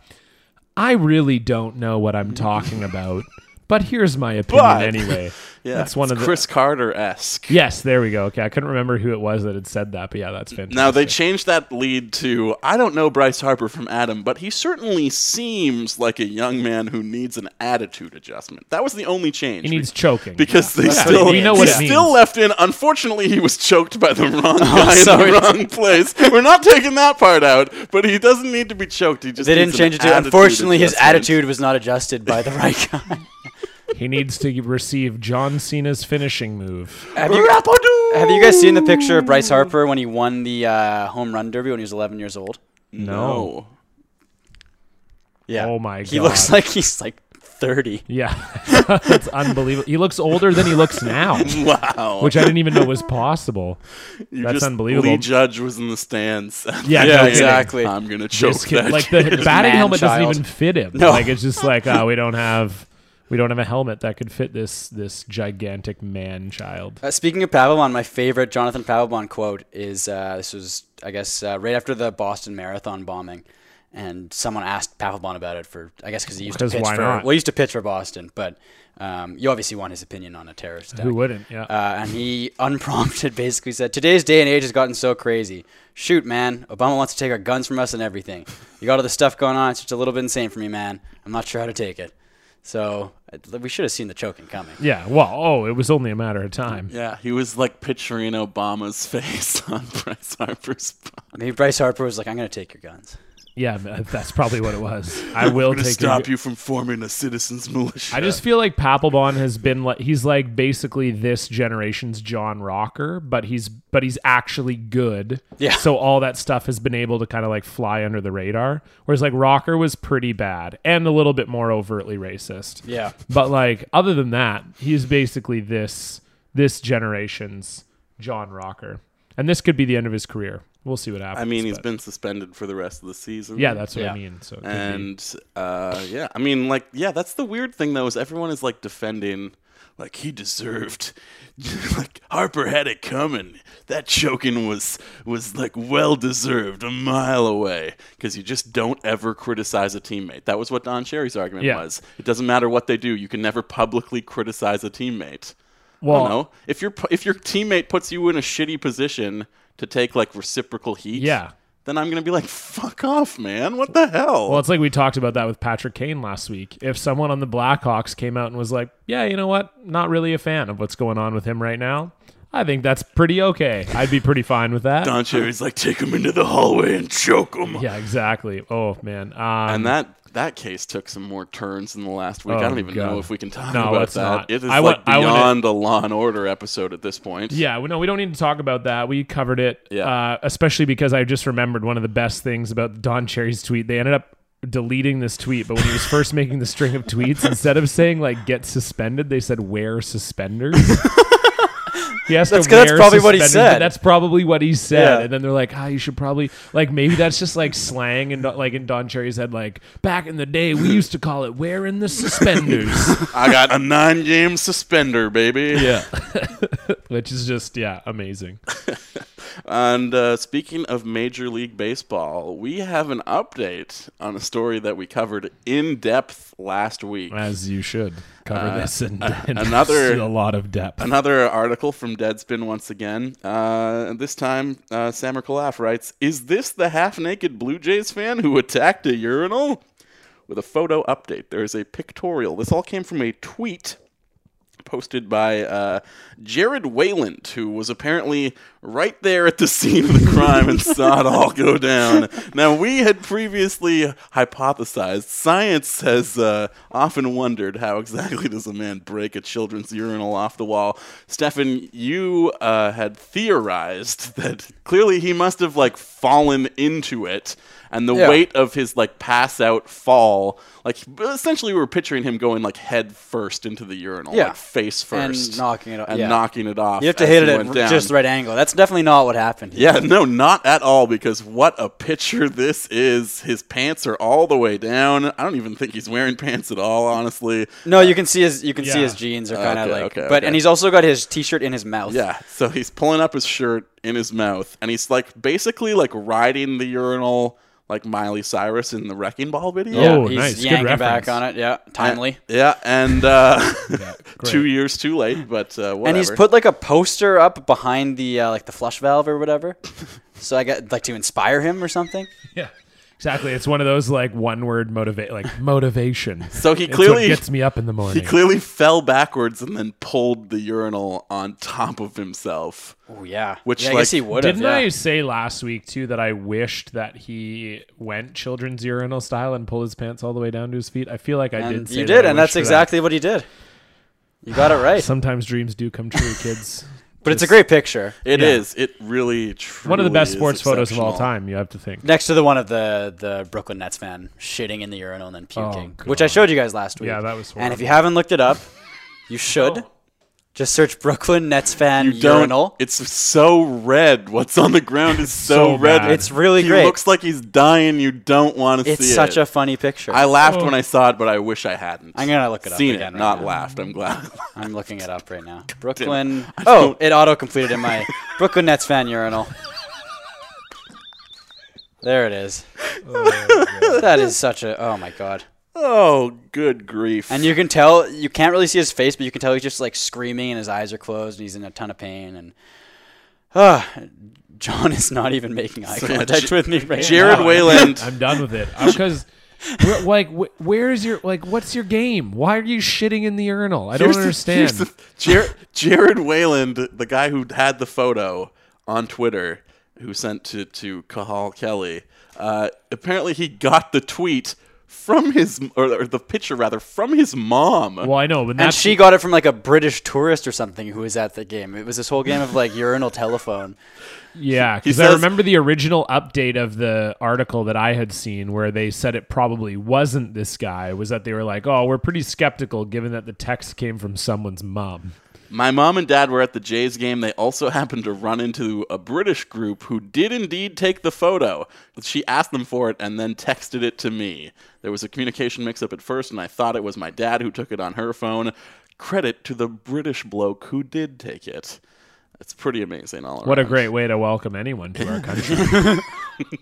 D: I really don't know what I'm talking about, but here's my opinion
B: But-
D: anyway.
B: Yeah,
D: that's one
B: it's
D: of the
B: Chris Carter esque.
D: Yes, there we go. Okay, I couldn't remember who it was that had said that, but yeah, that's fantastic.
B: Now they changed that lead to I don't know Bryce Harper from Adam, but he certainly seems like a young man who needs an attitude adjustment. That was the only change.
D: he needs choking.
B: because they
D: Yeah,
B: still
D: we know what
B: he
D: it means. Oh,
B: still left in. Unfortunately, he was choked by the wrong guy
C: sorry.
B: in the wrong place. We're not taking that part out, but he doesn't need to be choked. He just
C: they didn't
B: needs an
C: change it to.
B: attitude
C: Unfortunately, his
B: adjustment.
C: attitude was not adjusted by the right guy.
D: he needs to receive John Cena's finishing move.
C: have, you, have you guys seen the picture of Bryce Harper when he won the uh, home run derby when he was 11 years old?
D: No.
C: Yeah.
D: Oh my
C: He looks
D: God.
C: like he's like 30.
D: Yeah. that's unbelievable. He looks older than he looks now,
B: Wow.
D: which I didn't even know was possible.
B: You
D: that's
B: just-
D: unbelievable.
B: Lee Judge was in the stands.
D: Yeah,
C: no kidding. Exactly.
B: I'm gonna choke
D: Just kid-
B: that.
D: like the batting
C: man
D: helmet
C: child.
D: doesn't even fit him.
C: No.
D: Like it's just like, oh, we don't have we don't have a helmet that could fit this this gigantic man child.
C: Uh, speaking of Pavlon, my favorite Jonathan Pavlon quote is uh, this was, I guess, uh, right after the Boston Marathon bombing, and someone asked Pavlon about it for, I guess, because he used to
D: 'Cause
C: pitch
D: why
C: for,
D: not?
C: well, he used to pitch for Boston, but um, you obviously want his opinion on a terrorist attack.
D: Who wouldn't? Yeah.
C: Uh, and he, unprompted, basically said, "Today's day and age has gotten so crazy. Shoot, man, Obama wants to take our guns from us and everything. You got all this stuff going on. It's just a little bit insane for me, man. I'm not sure how to take it." So uh, we should have seen the choking coming.
D: yeah. Well, oh, it was only a matter of time.
B: yeah, he was like picturing Obama's face on Bryce Harper's body.
C: Maybe Bryce Harper was like, "I'm going to take your guns."
D: Yeah, man, that's probably what it was. I will
B: I'm gonna
D: take
B: stop
D: your-
B: you from forming a citizens militia.
D: I just feel like Papelbon has been like he's like basically this generation's John Rocker, but he's but he's actually good.
C: Yeah.
D: So all that stuff has been able to kind of like fly under the radar, whereas like Rocker was pretty bad and a little bit more overtly racist.
C: Yeah.
D: But like other than that, he's basically this this generation's John Rocker, and this could be the end of his career. We'll see what happens.
B: I mean,
D: he's
B: he's been suspended for the rest of the season.
D: yeah, that's what
C: Yeah.
D: I mean. So it could be-
B: and uh, yeah, I mean, like, yeah, that's the weird thing though is everyone is like defending, like he deserved, like Harper had it coming. That choking was was like well deserved, a mile away, because you just don't ever criticize a teammate. That was what Don Cherry's argument
D: Yeah.
B: was. It doesn't matter what they do, you can never publicly criticize a teammate.
D: well,
B: you know, if your if your teammate puts you in a shitty position to take like reciprocal heat,
D: Yeah.
B: Then I'm gonna be like, "Fuck off, man! What the hell?"
D: Well, it's like we talked about that with Patrick Kane last week. If someone on the Blackhawks came out and was like, "Yeah, you know what? Not really a fan of what's going on with him right now," I think that's pretty okay. I'd be pretty fine with that.
B: Don Cherry's like, take him into the hallway and choke him.
D: Yeah, exactly. Oh man, um,
B: And that that case took some more turns in the last week. I
D: Oh,
B: don't even
D: God.
B: know if we can talk
D: No,
B: about
D: let's
B: that.
D: not.
B: It is
D: I wa-
B: like
D: I wanna-
B: beyond a Law and Order episode at this point.
D: Yeah, well, no, we don't need to talk about that. We covered it,
B: Yeah.
D: uh, especially because I just remembered one of the best things about Don Cherry's tweet. They ended up deleting this tweet, but when he was first making the string of tweets, instead of saying like "get suspended," they said "wear suspenders." He has
C: That's
D: to
C: 'cause
D: wear
C: that's probably what he
D: suspenders, but
C: said.
D: That's probably what he said.
C: Yeah.
D: And then they're like, "Ah, you should probably like maybe that's just like slang." And like in Don Cherry's head, like back in the day, we used to call it "wearing the suspenders."
B: I got a nine game suspender, baby.
D: yeah, which is just yeah amazing.
B: And uh, speaking of Major League Baseball, we have an update on a story that we covered in depth last week.
D: As you should cover
C: Uh,
D: this in, in
B: another-
D: a lot of depth.
B: Another article from Deadspin once again. Uh, and this time, uh, Samer Kalaf writes Is this the half naked Blue Jays fan who attacked a urinal? With a photo update, there is a pictorial. This all came from a tweet posted by uh, Jared Wayland, who was apparently right there at the scene of the crime and saw it all go down. Now, we had previously hypothesized, science has uh, often wondered how exactly does a man break a children's urinal off the wall. Stefan, you uh, had theorized that clearly he must have like fallen into it. And the
C: Yeah.
B: weight of his like pass out fall, like essentially we were picturing him going like head first into the urinal,
C: Yeah.
B: like, face
C: And
B: first
C: knocking it o-
B: and
C: yeah.
B: knocking it off.
C: You have to
B: as
C: hit it
B: he
C: at
B: went down.
C: r- just the right angle. That's definitely not what happened. here.
B: Yeah, no, not at all. Because what a picture this is! His pants are all the way down. I don't even think he's wearing pants at all, honestly.
C: No, you can see his you can see
D: Yeah.
C: his jeans are kind of
B: Okay,
C: like,
B: okay,
C: but
B: okay.
C: and he's also got his t-shirt in his mouth.
B: Yeah, so he's pulling up his shirt in his mouth, and he's like basically like riding the urinal like Miley Cyrus in the Wrecking Ball video.
C: yeah.
D: Oh,
C: he's
D: nice. Good
C: yanking
D: reference.
C: back on it. Yeah, timely.
B: Yeah, and uh,
D: great.
B: two years too late, but uh, whatever.
C: And he's put like a poster up behind the uh, like the flush valve or whatever. so I got like to inspire him or something.
D: Yeah, exactly. It's one of those like one word motivate, like motivation.
B: so he
D: It's
B: clearly
D: what gets me up in the
B: He
D: morning.
B: clearly fell backwards and then pulled the urinal on top of himself.
C: Oh yeah.
B: Which,
C: yeah, I
B: like,
C: guess he would have.
D: Didn't
C: Yeah.
D: I say last week too that I wished that he went children's urinal style and pulled his pants all the way down to his feet? I feel like I did.
C: And you
D: Say that
C: did,
D: I
C: and
D: wished
C: that's
D: for that.
C: exactly what he did. You got it right.
D: Sometimes dreams do come true, kids.
C: but it's a great picture
B: It
D: Yeah.
B: is. It really, truly
D: One of the best
B: is
D: sports photos of all
B: exceptional.
D: time. You have to think.
C: next to the one of the the Brooklyn Nets fan shitting in the urinal and then puking,
D: God.
C: which I showed you guys last week.
D: Yeah, that was
C: And if
D: horrible.
C: you haven't looked it up, you should. Just search Brooklyn Nets fan
B: Don't-
C: urinal.
B: It's so red. What's on the ground is so,
D: so
B: red.
D: bad.
C: It's really
B: he
C: great.
B: looks like he's dying. You don't want to see
C: It's such
B: it.
C: a funny picture.
B: I
C: I,
B: laughed
D: Oh.
B: when I saw it, but I wish I hadn't.
C: am gonna look it up
B: seen
C: again.
B: it,
C: right
B: not
C: now.
B: laughed. I'm glad.
C: I'm looking it up right now. Brooklyn. Oh, it auto completed in my Brooklyn Nets fan urinal. There it is. that is such a. Oh my god.
B: oh, good grief!
C: And you can tell you can't really see his face, but you can tell he's just like screaming and his eyes are closed and he's in a ton of pain and. Uh, John is not even making eye contact with me right
B: Jared
C: now.
B: Wayland.
D: Oh, I'm done with it because. like, wh- where is your like? What's your game? Why are you shitting in the urinal? I don't
B: Here's the-
D: understand.
B: here's the- Jar- Jared Wayland, the guy who had the photo on Twitter, who sent to to Cahal Kelly, uh, apparently he got the tweet from his or, or the picture rather from his mom.
D: well, I know, but
C: And
D: that's
C: she got it from like a British tourist or something who was at the game. It was this whole game of like urinal telephone.
D: Yeah, because I
B: says-
D: remember the original update of the article that I had seen where they said it probably wasn't this guy, was that they were like, oh, we're pretty skeptical given that the text came from someone's mom.
B: My mom and dad were at the Jays game. They also happened to run into a British group who did indeed take the photo. She asked them for it and then texted it to me. There was a communication mix up at first, and I thought it was my dad who took it on her phone. Credit to the British bloke who did take it. It's pretty amazing all around.
D: What a great way to welcome anyone to our country.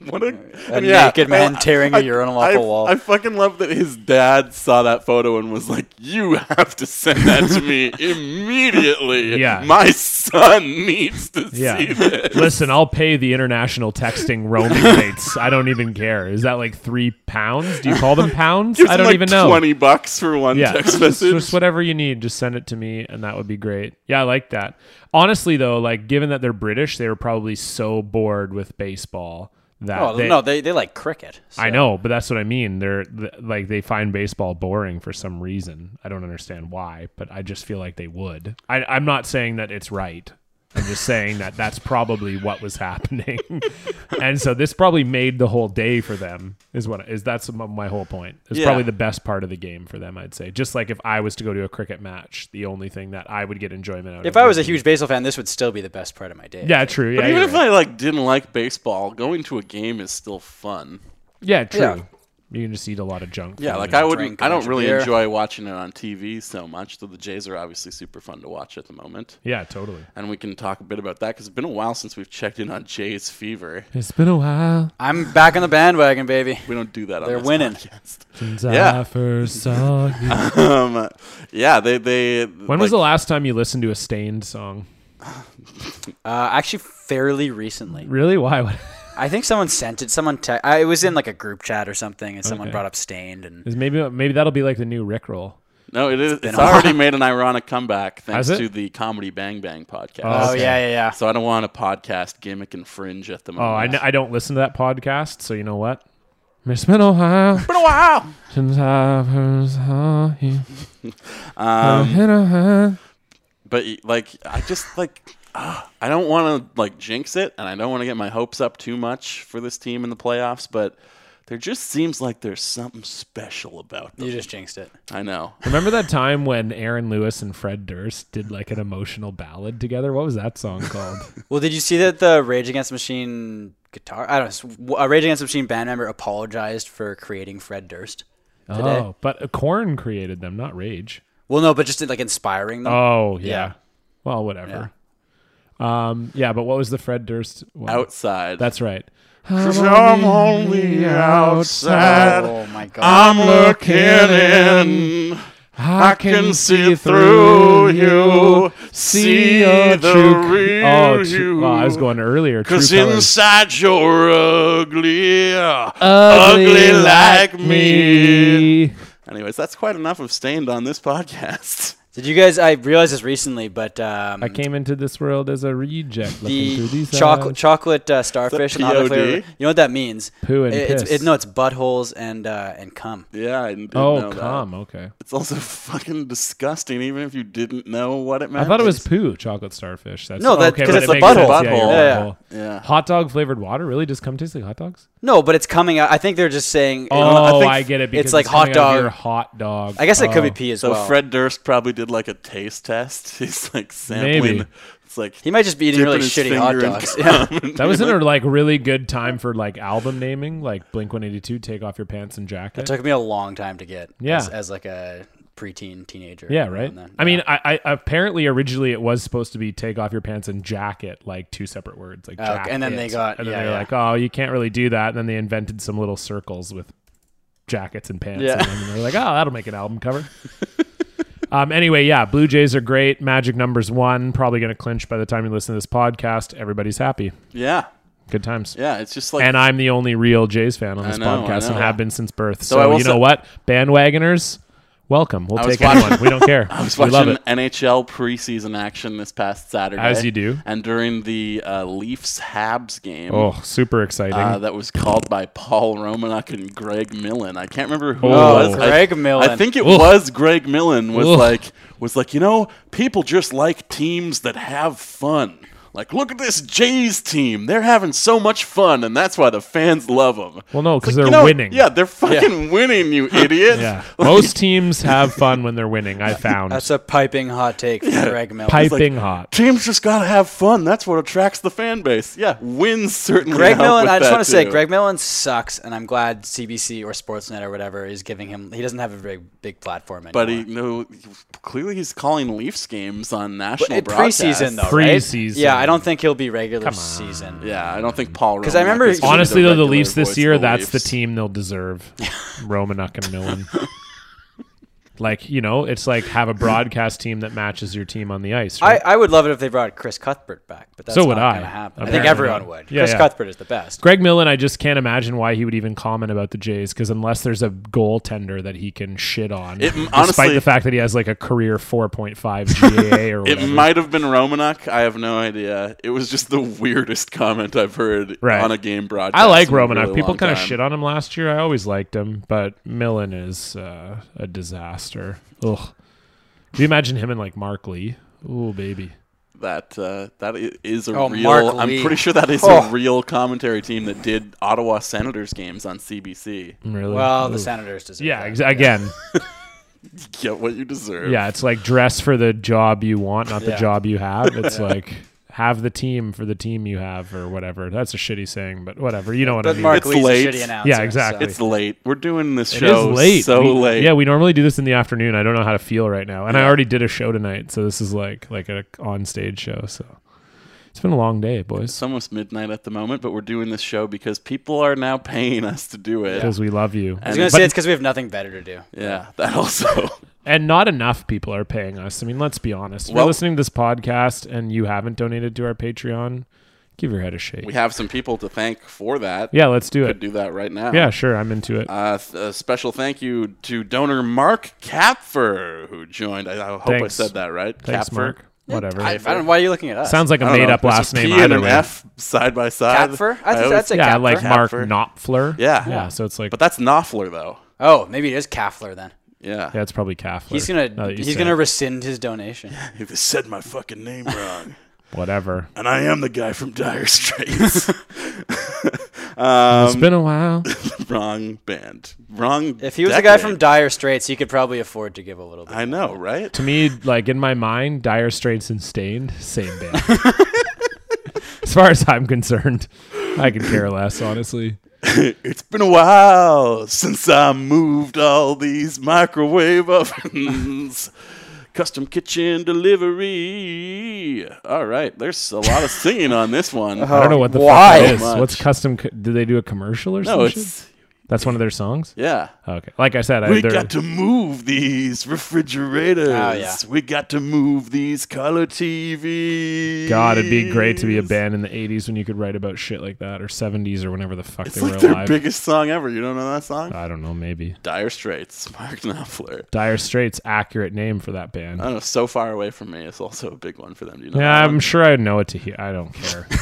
B: What a,
C: A naked man tearing a urinal off
B: I,
C: a wall.
B: I
D: Oh,
B: fucking love that his dad saw that photo and was like, "You have to send that to me immediately.
D: Yeah.
B: My son needs to
D: Yeah.
B: see this."
D: Listen, I'll pay the international texting roaming rates. I don't even care. Is that like three pounds? Do you call them pounds?
B: Gives
D: I
B: him,
D: don't
B: like,
D: even know.
B: Twenty bucks for one
D: yeah.
B: text
D: Just-
B: message.
D: Just whatever you need, just send it to me, and that would be great. Yeah, I like that. Honestly, though, like given that they're British, they were probably so bored with baseball that
C: Oh
D: they,
C: no, they, they like cricket. So.
D: I know, but that's what I mean. They're th- like they find baseball boring for some reason. I don't understand why, but I just feel like they would. I, I'm not saying that it's right. I'm just saying that that's probably what was happening, and so this probably made the whole day for them. Is what is that's m- my whole point. It's
B: Yeah.
D: probably the best part of the game for them. I'd say. Just like if I was to go to a cricket match, the only thing that I would get enjoyment out of.
C: If I was a
D: would be-
C: huge baseball fan, this would still be the best part of my day.
D: yeah, true. Yeah,
B: But even
D: you're
B: if
D: right.
B: I like didn't like baseball, going to a game is still fun.
D: yeah, true.
C: Yeah.
D: You can just eat a lot of junk.
B: Yeah,
D: food
B: like
D: and-
B: I wouldn't.
C: drink
B: I
C: a
B: don't
C: bunch of
B: really
C: beer.
B: enjoy watching it on TV so much. Though the Jays are obviously super fun to watch at the moment,
D: Yeah, totally.
B: and we can talk a bit about that because it's been a while since we've checked in on Jays fever.
D: It's been a while
C: I'm back on the bandwagon, baby.
B: We don't do that. on
C: They're
B: this
C: winning.
B: podcast.
D: since
B: Yeah.
D: I first saw you.
B: um, yeah, they they.
D: When was the last time you listened to a Stained song?
C: Uh, actually, fairly recently.
D: Really? Why? would-
C: I think someone sent it. Someone te- I, it was in like a group chat or something, and someone
D: Okay.
C: brought up stained and
D: Is maybe maybe that'll be like the new Rickroll.
B: No, it is. It's,
C: been a
B: already made an ironic comeback thanks
D: Has it?
B: to the comedy Bang Bang podcast.
C: oh
D: Okay.
C: yeah yeah yeah.
B: So I don't want a podcast gimmick and fringe at the
D: Oh,
B: moment.
D: I kn- I don't listen to that podcast, so you know what? Miss Been a while
B: Been a while.
D: since I first saw you.
B: Um,
D: Been a while.
B: but like I just like ah, I don't want to like jinx it, and I don't want to get my hopes up too much for this team in the playoffs. But there just seems like there's something special about them.
C: You just jinxed it.
B: I know.
D: Remember that time when Aaron Lewis and Fred Durst did like an emotional ballad together? What was that song called?
C: Well, did you see that the Rage Against the Machine guitar? I don't know. A Rage Against the Machine band member apologized for creating Fred Durst. Today.
D: Oh, but Corn created them, not Rage.
C: Well, no, but just like inspiring them.
D: Oh yeah.
C: Yeah.
D: Well, whatever. Um, yeah, but what was the Fred Durst? One?
B: Outside.
D: That's right.
B: I'm only outside.
C: oh my god.
D: Um,
B: I'm looking in. I can see through you. See
D: your
B: the
D: true-
B: real
D: oh, tr-
B: you.
D: well, I was going earlier. True
B: Cause
D: colors.
B: inside you're ugly, ugly like me. Anyways, that's quite enough of stained on this podcast.
C: Did you guys? I realized this recently, but um,
D: I came into this world as a reject. looking through
C: the
D: these
C: chocolate
D: eyes.
C: chocolate uh, starfish and hot
B: POD?
C: flavor. You know what that means?
D: Poo and
C: It- it's,
D: piss.
C: It, no, it's buttholes and uh, and cum.
B: Yeah, I didn't know
D: Oh,
B: that.
D: come. Okay.
B: It's also fucking disgusting, even if you didn't know what it
D: I
B: meant.
D: thought it was poo, chocolate starfish. That's
C: No, that-
D: okay,
C: 'cause
D: but
C: it's the
D: it makes sense.
B: butthole.
D: Yeah,
B: Butthole.
D: yeah,
C: Yeah.
D: butthole.
B: Yeah.
D: Hot dog flavored water really just come taste like hot dogs.
C: No, but it's coming out. I think they're just saying.
D: Oh, I,
C: think
D: get it. Because
C: it's like
D: coming
C: hot
D: out of your
C: dog.
D: hot dog.
C: I guess it could be
D: Oh.
C: pee as
B: So
C: well.
B: Fred Durst probably did like a taste test. He's like sampling.
D: Maybe.
B: It's like
C: he might just be eating
B: dipping
C: really
B: his
C: shitty hot
B: finger in
C: dogs. Yeah.
D: That was in a like really good time for like album naming, like Blink One Eighty Two, Take Off Your Pants and Jacket.
C: It took me a long time to get.
D: Yeah.
C: As, as like a preteen teenager.
D: yeah,
C: around
D: right.
C: then.
D: I mean, I, I apparently originally it was supposed to be Take Off Your Pants and Jacket, like two separate words, like
C: Oh, okay. And then they
D: jacket.
C: got-
D: and then
C: yeah,
D: they were
C: yeah.
D: like, oh, you can't really do that. And then they invented some little circles with jackets and pants,
C: Yeah.
D: in them, and they're like, oh, that'll make an album cover. Um, anyway, yeah, Blue Jays are great. Magic numbers one, probably going to clinch by the time you listen to this podcast. Everybody's happy.
B: yeah,
D: Good times.
B: yeah. It's just like
D: and I'm the only real Jays fan on
B: I
D: this
B: know, I
D: podcast and
B: know.
D: have been since birth.
B: So
D: So,
B: I will
D: you know
B: say-
D: what? Bandwagoners, welcome. We'll
B: was
D: take
B: watching-
D: anyone. We don't care.
B: I was
D: we love
B: watching
D: it.
B: NHL preseason action this past Saturday,
D: As you do.
B: and during the uh, Leafs Habs game.
D: Oh, super exciting.
B: Uh, that was called by Paul Romanek and Greg Millen. I can't remember who
D: Oh.
B: it was. I-
C: Greg Millen.
B: I think it was Greg Millen was
D: Oof.
B: like was like, you know, people just like teams that have fun. Like, look at this Jays team. They're having so much fun, and that's why the fans love them.
D: well, no, because
B: You
D: they're
B: know,
D: winning.
B: Yeah, they're fucking winning, you idiot.
D: Yeah. Most teams have fun when they're winning, I found.
C: That's a piping hot take from Greg Miller.
D: Piping hot.
B: Teams just gotta have fun. That's what attracts the fan base. Yeah, wins certainly.
C: Greg
B: help
C: Millen,
B: with
C: I just
B: that
C: want to say,
B: too.
C: Greg Millen sucks, and I'm glad CBC or Sportsnet or whatever is giving him. He doesn't have a very big platform anymore.
B: But he no, clearly he's calling Leafs games on
C: But
B: national
C: it-
B: broadcast.
C: preseason though, right?
D: Preseason.
C: Yeah, I don't think he'll be regular season.
B: Yeah, I don't think Paul. Because
C: I remember-
D: Honestly, though, the Leafs this year, that's the team they'll deserve. Romanuck and Millen. like, you know, it's like have a broadcast team that matches your team on the ice.
C: I,
D: Right?
C: I would love it if they brought Chris Cuthbert back, but that's
D: So
C: not
D: would I,
C: going to happen. I think
D: apparently.
C: everyone would.
D: Yeah,
C: Chris
D: yeah.
C: Cuthbert is the best.
D: Greg Millen, I just can't imagine why he would even comment about the Jays because unless there's a goaltender that he can shit on,
B: It-
D: despite
B: honestly-
D: the fact that he has like a career 4.5 GAA
B: It
D: or whatever.
B: might have been Romanuk. I have no idea. It was just the weirdest comment I've heard
D: Right.
B: on a game broadcast.
D: I like
B: in a
D: Romanov.
B: really
D: People
B: long
D: kind of
B: time.
D: shit on him last year. I always liked him, but Millen is uh, a disaster. Ugh. Do you imagine him and like Mark Lee? Ooh, baby.
B: That uh, that i- is a
C: Oh,
B: real.
C: Mark
B: I'm
C: Lee.
B: pretty sure that is
C: Oh.
B: a real commentary team that did Ottawa Senators games on CBC.
D: Really?
C: Well, the
D: Ooh.
C: Senators deserve.
D: yeah,
C: that.
D: ex- again.
B: Get what you deserve.
D: Yeah, it's like dress for the job you want, not
C: Yeah.
D: the job you have. It's like have the team for the team you have or whatever. That's a shitty saying, but whatever. You know what I
C: But
D: mean.
C: Mark
B: It's
C: Lee's
B: late.
C: a shitty announcer.
D: Yeah, exactly.
B: It's late. We're doing this
D: It
B: show
D: is late.
B: so
D: We-
B: late.
D: Yeah, we normally do this in the afternoon. I don't know how to feel right now, and I already did a show tonight, so this is like like a on stage show. So it's been a long day, boys,
B: It's almost midnight at the moment, but we're doing this show because people are now paying us to do it.
D: because we love
C: I
D: you,
C: was
B: And-
C: gonna
B: but-
C: say it's because we have nothing better to do.
B: yeah, that also.
D: and not enough people are paying us. I mean, let's be honest.
B: Well-
D: We're listening to this podcast, and you haven't donated to our Patreon. Give your head a shake.
B: we have some people to thank for that.
D: yeah, let's do
B: Could
D: it.
B: do that right now.
D: Yeah, sure, I'm into it.
B: Uh, th- a special thank you to donor Mark Kapfer, who joined. I, I hope
D: Thanks.
B: I said that right.
D: Thanks,
B: Kapfer.
D: Mark. Whatever.
C: I don't. Why are you looking at us?
D: Sounds like
B: I
D: a
B: don't
D: made
B: know.
D: up
B: There's
D: last
B: a
D: name.
B: P
D: either
B: and an
D: way.
B: F side by side.
C: Kapfer? I think
B: always-
C: that's a-
D: Yeah,
C: Kapfer.
D: like Mark
B: Kapfer.
D: Knopfler.
B: Yeah.
D: yeah. So it's like,
B: But that's Knopfler, though.
C: oh, maybe it is Kaffler then.
B: Yeah.
D: yeah, it's probably Kaffler.
C: He's
D: now
C: gonna
D: that you
C: he's
D: say
C: gonna
D: it.
C: rescind his donation.
B: If they said my fucking name wrong.
D: whatever.
B: and I am the guy from Dire Straits. Um,
D: it's been a while.
B: wrong band. Wrong.
C: If he was a guy
B: decade.
C: from Dire Straits, he could probably afford to give a little bit.
B: I know, right?
D: to me, like in my mind, Dire Straits and Stained, same band. as far as I'm concerned, I could care less, honestly.
B: It's been a while since I moved all these microwave ovens. Custom kitchen delivery. All right, there's a lot of singing on this one.
D: I don't know what the
C: Why?
D: fuck that is.
B: Oh, Much.
D: What's custom? Co- do they do a commercial or
B: no,
D: something?
B: it's
D: That's one of their songs.
B: yeah.
D: Okay, like I said, I,
B: We
D: they're-
B: got to move these refrigerators.
C: Oh, yeah.
B: We got to move these color TVs.
D: God, it'd be great to be a band in the '80s when you could write about shit like that, or '70s, or whenever the fuck
B: It's
D: they
B: like
D: were
B: their
D: alive. Uh,
B: biggest song ever. You don't know that song?
D: I don't know, maybe
B: Dire Straits, Mark Knopfler.
D: Dire Straits, accurate name for that band.
B: I don't know. So far away from me is also a big one for them. Do you know?
D: Yeah,
B: that
D: I'm
B: one?
D: sure I know it to hear. I don't care.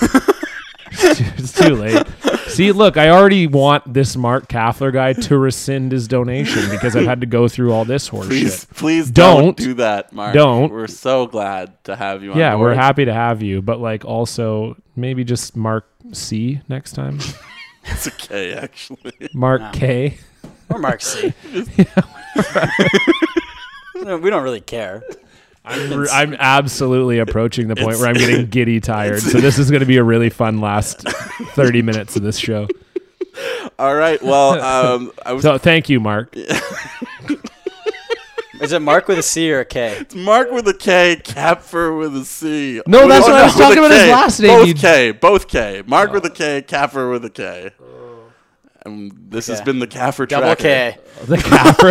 D: it's, too, it's too late. See, look, I already want this Mark Kaffler guy to rescind his donation because I've had to go through all this horseshit.
B: Please, please don't,
D: Don't.
B: do that, Mark.
D: Don't.
B: We're so glad to have you. on
D: Yeah, we're
B: board.
D: happy to have you, but like also maybe just Mark C next time.
B: It's okay, actually.
D: Mark K.
C: Or Mark C. No, we don't really care.
D: I'm, I'm absolutely approaching the point
B: it's-
D: where I'm getting giddy tired. So this is going to be a really fun last 30 minutes of this show.
B: All right. Well, um, I was
D: So thank you, Mark.
C: Is it Mark with a C or a K?
B: Mark with a K, Capfer with a C.
D: No,
B: Oh,
D: that's what I was
B: with
D: talking
B: a
D: about his
B: K.
D: last name, Oh.
B: Both
D: you-
B: K, both K. Mark with a K, Capfer with a K. And this has
C: Okay.
B: been the Capfer
C: Double K. Oh,
D: The capper.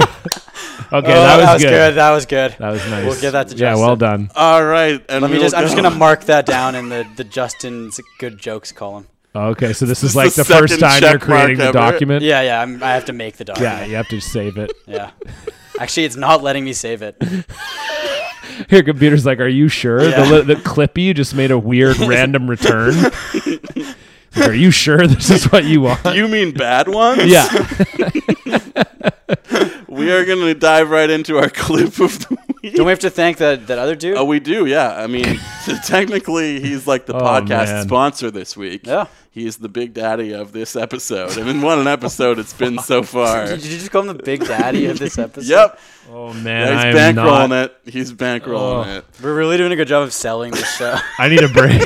D: okay, that, was good.
C: That was good.
D: That was nice.
C: We'll give that to
D: Yeah,
C: Justin.
D: well done.
B: All right, and
C: Let me
B: we
C: just.
B: will
C: I'm just
B: go.
C: gonna mark that down in the the Justin's good jokes column.
D: Okay, so this,
B: is
D: is like
B: the
D: the, first
B: second
D: time you're
B: check mark
D: creating the
B: ever.
D: document.
C: Yeah, yeah. I'm, I have to make the
D: Yeah,
C: document.
D: you have to save it.
C: Yeah. Actually, it's not letting me save it.
D: Your computer's like, "Are you sure?"
C: Yeah.
D: The, li- the Clippy just made a weird random return. Like, Are you sure this is what you want?
B: You mean bad ones?
D: yeah,
B: We are going to dive right into our clip of the week.
C: Don't we have to thank that that other dude?
B: Oh, we do, yeah. I mean, t- technically, he's like the
D: Oh,
B: podcast
D: man.
B: sponsor this week.
C: Yeah.
B: He is the big daddy of this episode. I mean, what an episode it's been so far.
C: Did you just call him the Big Daddy of this episode?
B: Yep.
D: oh
B: He's
D: man, I am
B: bankrolling
D: not.
B: it. He's bankrolling
D: Oh.
B: it.
C: We're really doing a good job of selling this show.
D: I need a break.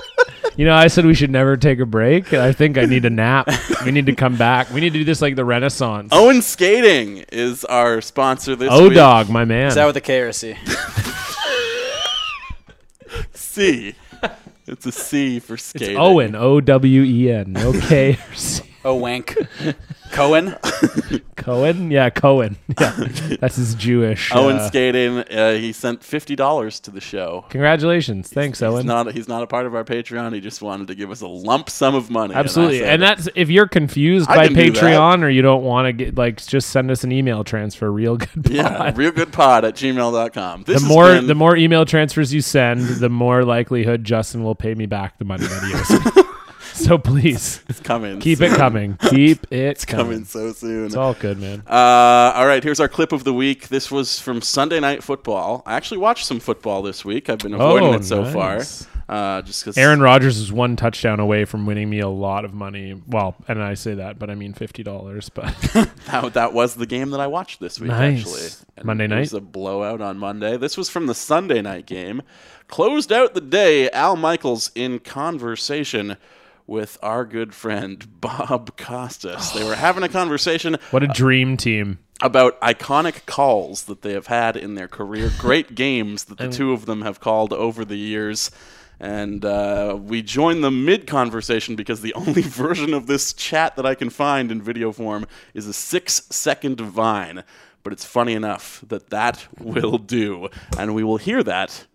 D: you know, I said we should never take a break. I think I need a nap. we need to come back. We need to do this like the Renaissance.
B: Owen Skating is our sponsor this
D: O
B: week.
D: dog, my man.
C: Is that with a K or a C?
B: C. It's a C for skating.
D: Owen, O W E N. Okay.
C: Oh, wank. Cohen.
D: Cohen? Yeah, Cohen. Yeah. That's his Jewish.
B: Owen
D: uh,
B: Skating, uh, he sent $50 to the show.
D: Congratulations. Thanks,
B: He's
D: Owen.
B: not, he's not a part of our Patreon. He just wanted to give us a lump sum of money.
D: Absolutely.
B: And, I
D: And
B: said,
D: that's if you're confused
B: I
D: by
B: can do that.
D: Patreon or you don't want to get like just send us an email transfer real good.
B: Yeah,
D: pod.
B: real good pod at gmail.com. This
D: the
B: has
D: more
B: been-
D: the more email transfers you send, the more likelihood Justin will pay me back the money that he owes. me. So please
B: It's coming.
D: keep
B: soon.
D: it coming. Keep it
B: coming
D: coming.
B: so soon.
D: It's all good, man.
B: Uh, all right, here's our clip of the week. This was from Sunday Night Football. I actually watched some football this week. I've been avoiding
D: Oh,
B: it so
D: nice.
B: far. Uh, just because
D: Aaron Rodgers is one touchdown away from winning me a lot of money. Well, and I say that, but I mean fifty dollars. But
B: that, that was the game that I watched this week,
D: Nice.
B: actually.
D: Monday
B: It was
D: night?
B: a blowout on Monday. This was from the Sunday night game. Closed out the day, Al Michaels in conversation with our good friend Bob Costas. They were having a conversation
D: what a dream team!
B: about iconic calls that they have had in their career, great games that the two of them have called over the years. And uh, we join them mid conversation because the only version of this chat that I can find in video form is a six second vine. But it's funny enough that that will do. And we will hear that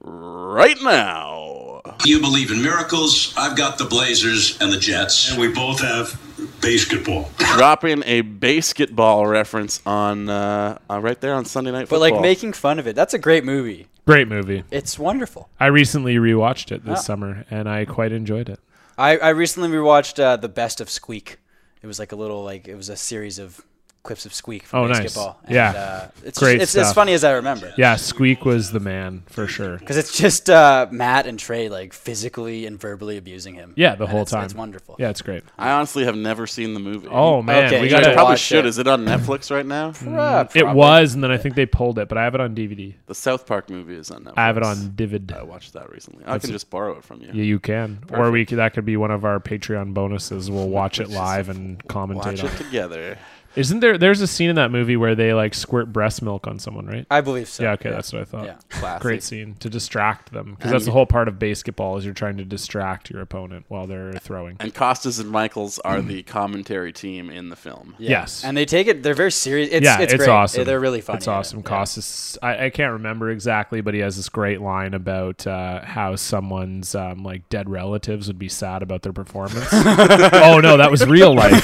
B: right now.
E: You believe in miracles. I've got the Blazers and the Jets. And we both have basketball.
B: Dropping a basketball reference on uh, uh, right there on Sunday Night
C: But
B: Football.
C: like making fun of it. That's a great movie.
D: Great movie.
C: It's wonderful.
D: I recently rewatched it this
C: Ah.
D: summer, and I quite enjoyed it.
C: I, I recently rewatched uh, the best of Squeak. It was like a little like it was a series of clips of Squeak from
D: Oh, nice.
C: basketball.
D: Yeah.
C: uh, it's
D: Great
C: just, It's as
D: stuff.
C: funny as I remember.
D: Yeah, Squeak was the man for sure.
C: Because it's just uh, Matt and Trey like physically and verbally abusing him.
D: Yeah, the
C: And
D: whole
C: it's-
D: time.
C: It's wonderful.
D: Yeah, it's great.
B: I honestly have never seen the movie.
D: Oh man,
C: Okay,
D: we
C: you
B: I
D: got
C: gotta
D: it.
C: watch
B: probably should.
C: it.
B: Is it on Netflix right now?
C: Uh,
D: It
C: probably.
D: was, and then I think they pulled it, but I have it on DVD.
B: The South Park movie is on Netflix.
D: I have it on Divid.
B: I watched that recently. I can just borrow it from you.
D: Yeah, you can, or we could, that could be one of our Patreon bonuses. We'll watch it live and commentate
B: Watch
D: on
B: it
D: it.
B: together.
D: Isn't there? There's a scene in that movie where they like squirt breast milk on someone, right?
C: I believe so.
D: Yeah, okay, that's what I thought.
C: Yeah.
D: Great scene to distract them because that's the whole part of basketball is you're trying to distract your opponent while they're throwing.
B: And Costas and Michaels are the commentary team in the film.
C: Yeah.
D: Yes.
C: And they take it. They're very serious. It's,
D: yeah,
C: it's,
D: it's,
C: great.
D: awesome.
C: They're really funny.
D: It's
C: in it.
D: awesome.
C: Yeah.
D: Costas, I, I can't remember exactly, but he has this great line about uh, how someone's um, like dead relatives would be sad about their performance. oh no, that was real life.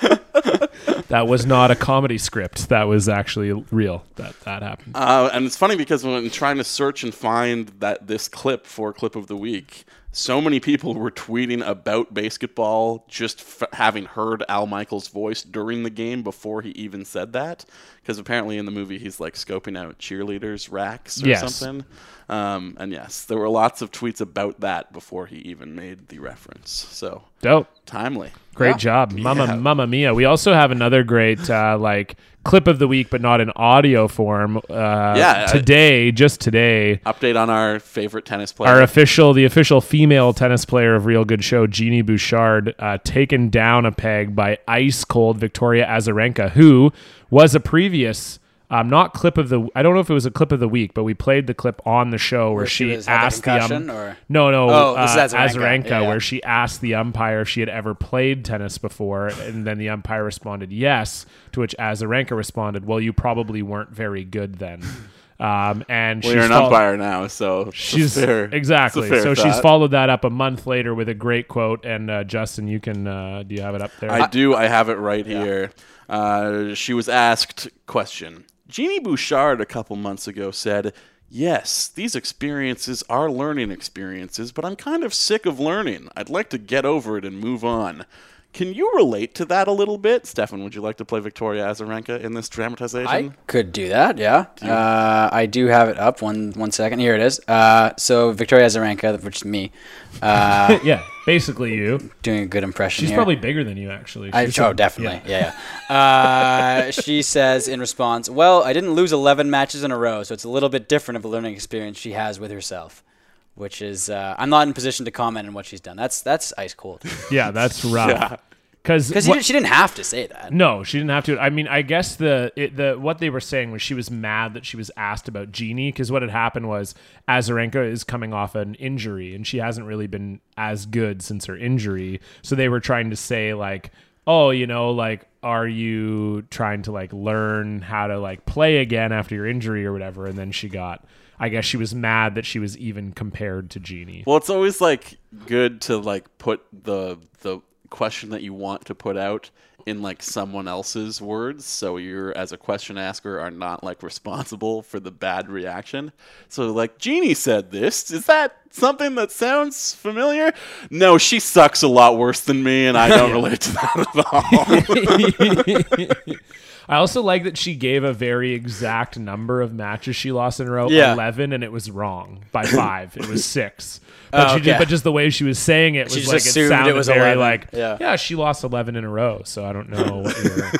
D: that was not a comedy script. That was actually real. That that happened.
B: Uh, and it's funny because when trying to search and find that this clip for clip of the week, so many people were tweeting about basketball just f- having heard Al Michaels' voice during the game before he even said that. Because apparently in the movie he's like scoping out cheerleaders racks or
D: Yes.
B: something. Um, and yes, there were lots of tweets about that before he even made the reference. So
D: Dope.
B: timely.
D: Great job, Mama Mama Mia. We also have another great uh, like clip of the week, but not in audio form. Uh,
B: Yeah, I-
D: today, just today,
B: Update on our favorite tennis player.
D: our official, the official female tennis player of Real Good Show, Jeannie Bouchard, uh, taken down a peg by ice cold Victoria Azarenka, who was a previous. Um, not clip of the. I don't know if it was a clip of the week, but we played the clip on the show where,
C: she
D: she,
C: was- had the
D: asked the um,
C: concussion, or-
D: no no
C: Oh,
D: uh,
C: this is
D: Azarenka,
C: Azarenka. Yeah, yeah.
D: where she asked the umpire if she had ever played tennis before, and then the umpire responded yes, to which Azarenka responded, "Well, you probably weren't very good then." Um, and
B: well,
D: she's
B: you're an
D: fol-
B: umpire now, so it's a
D: She's
B: fair- it's a
D: exactly.
B: fair
D: So she's
B: thought.
D: followed that up a month later with a great quote. And uh, Justin, you can uh, do you have it up there?
B: I do. I have it right here. Uh, she was asked question. Jeannie Bouchard a couple months ago said, "Yes, these experiences are learning experiences, but I'm kind of sick of learning. I'd like to get over it and move on." Can you relate to that a little bit, Stefan? Would you like to play Victoria Azarenka in this dramatization?
C: I could do that. Yeah, uh, I do have it up. One one second. Here it is. Uh, so Victoria Azarenka, which is me, uh,
D: yeah, basically you.
C: doing a good impression.
D: She's
C: here.
D: probably bigger than you actually.
C: I,
D: She's
C: oh,
D: a-
C: definitely. Yeah, yeah. Uh, she says in response, "Well, I didn't lose 11 matches in a row, so it's a little bit different of a learning experience she has with herself." Which is, uh, I'm not in position to comment on what she's done. That's that's ice cold.
D: Yeah, that's rough. Because
C: Because she didn't have to say that.
D: No, she didn't have to. I mean, I guess the it, the what they were saying was she was mad that she was asked about Jeannie because what had happened was Azarenka is coming off an injury and she hasn't really been as good since her injury. So they were trying to say like, oh, you know, like are you trying to like learn how to like play again after your injury or whatever? And then she got. I guess she was mad that she was even compared to Jeannie.
B: Well, it's always like good to like put the the question that you want to put out in like someone else's words, so you're as a question asker are not like responsible for the bad reaction. So like Jeannie said this. Is that something that sounds familiar? No, she sucks a lot worse than me, and I don't relate to that at all.
D: I also like that she gave a very exact number of matches she lost in a row,
C: Yeah.
D: eleven, and it was wrong by five. it was six, but,
C: Oh,
D: she just,
C: okay.
D: but just the way she was saying it was
C: just
D: like
C: assumed
D: it
C: it
D: sounded
C: was
D: very
C: 11.
D: like,
C: Yeah.
D: she lost eleven in a row, so I don't know what you're.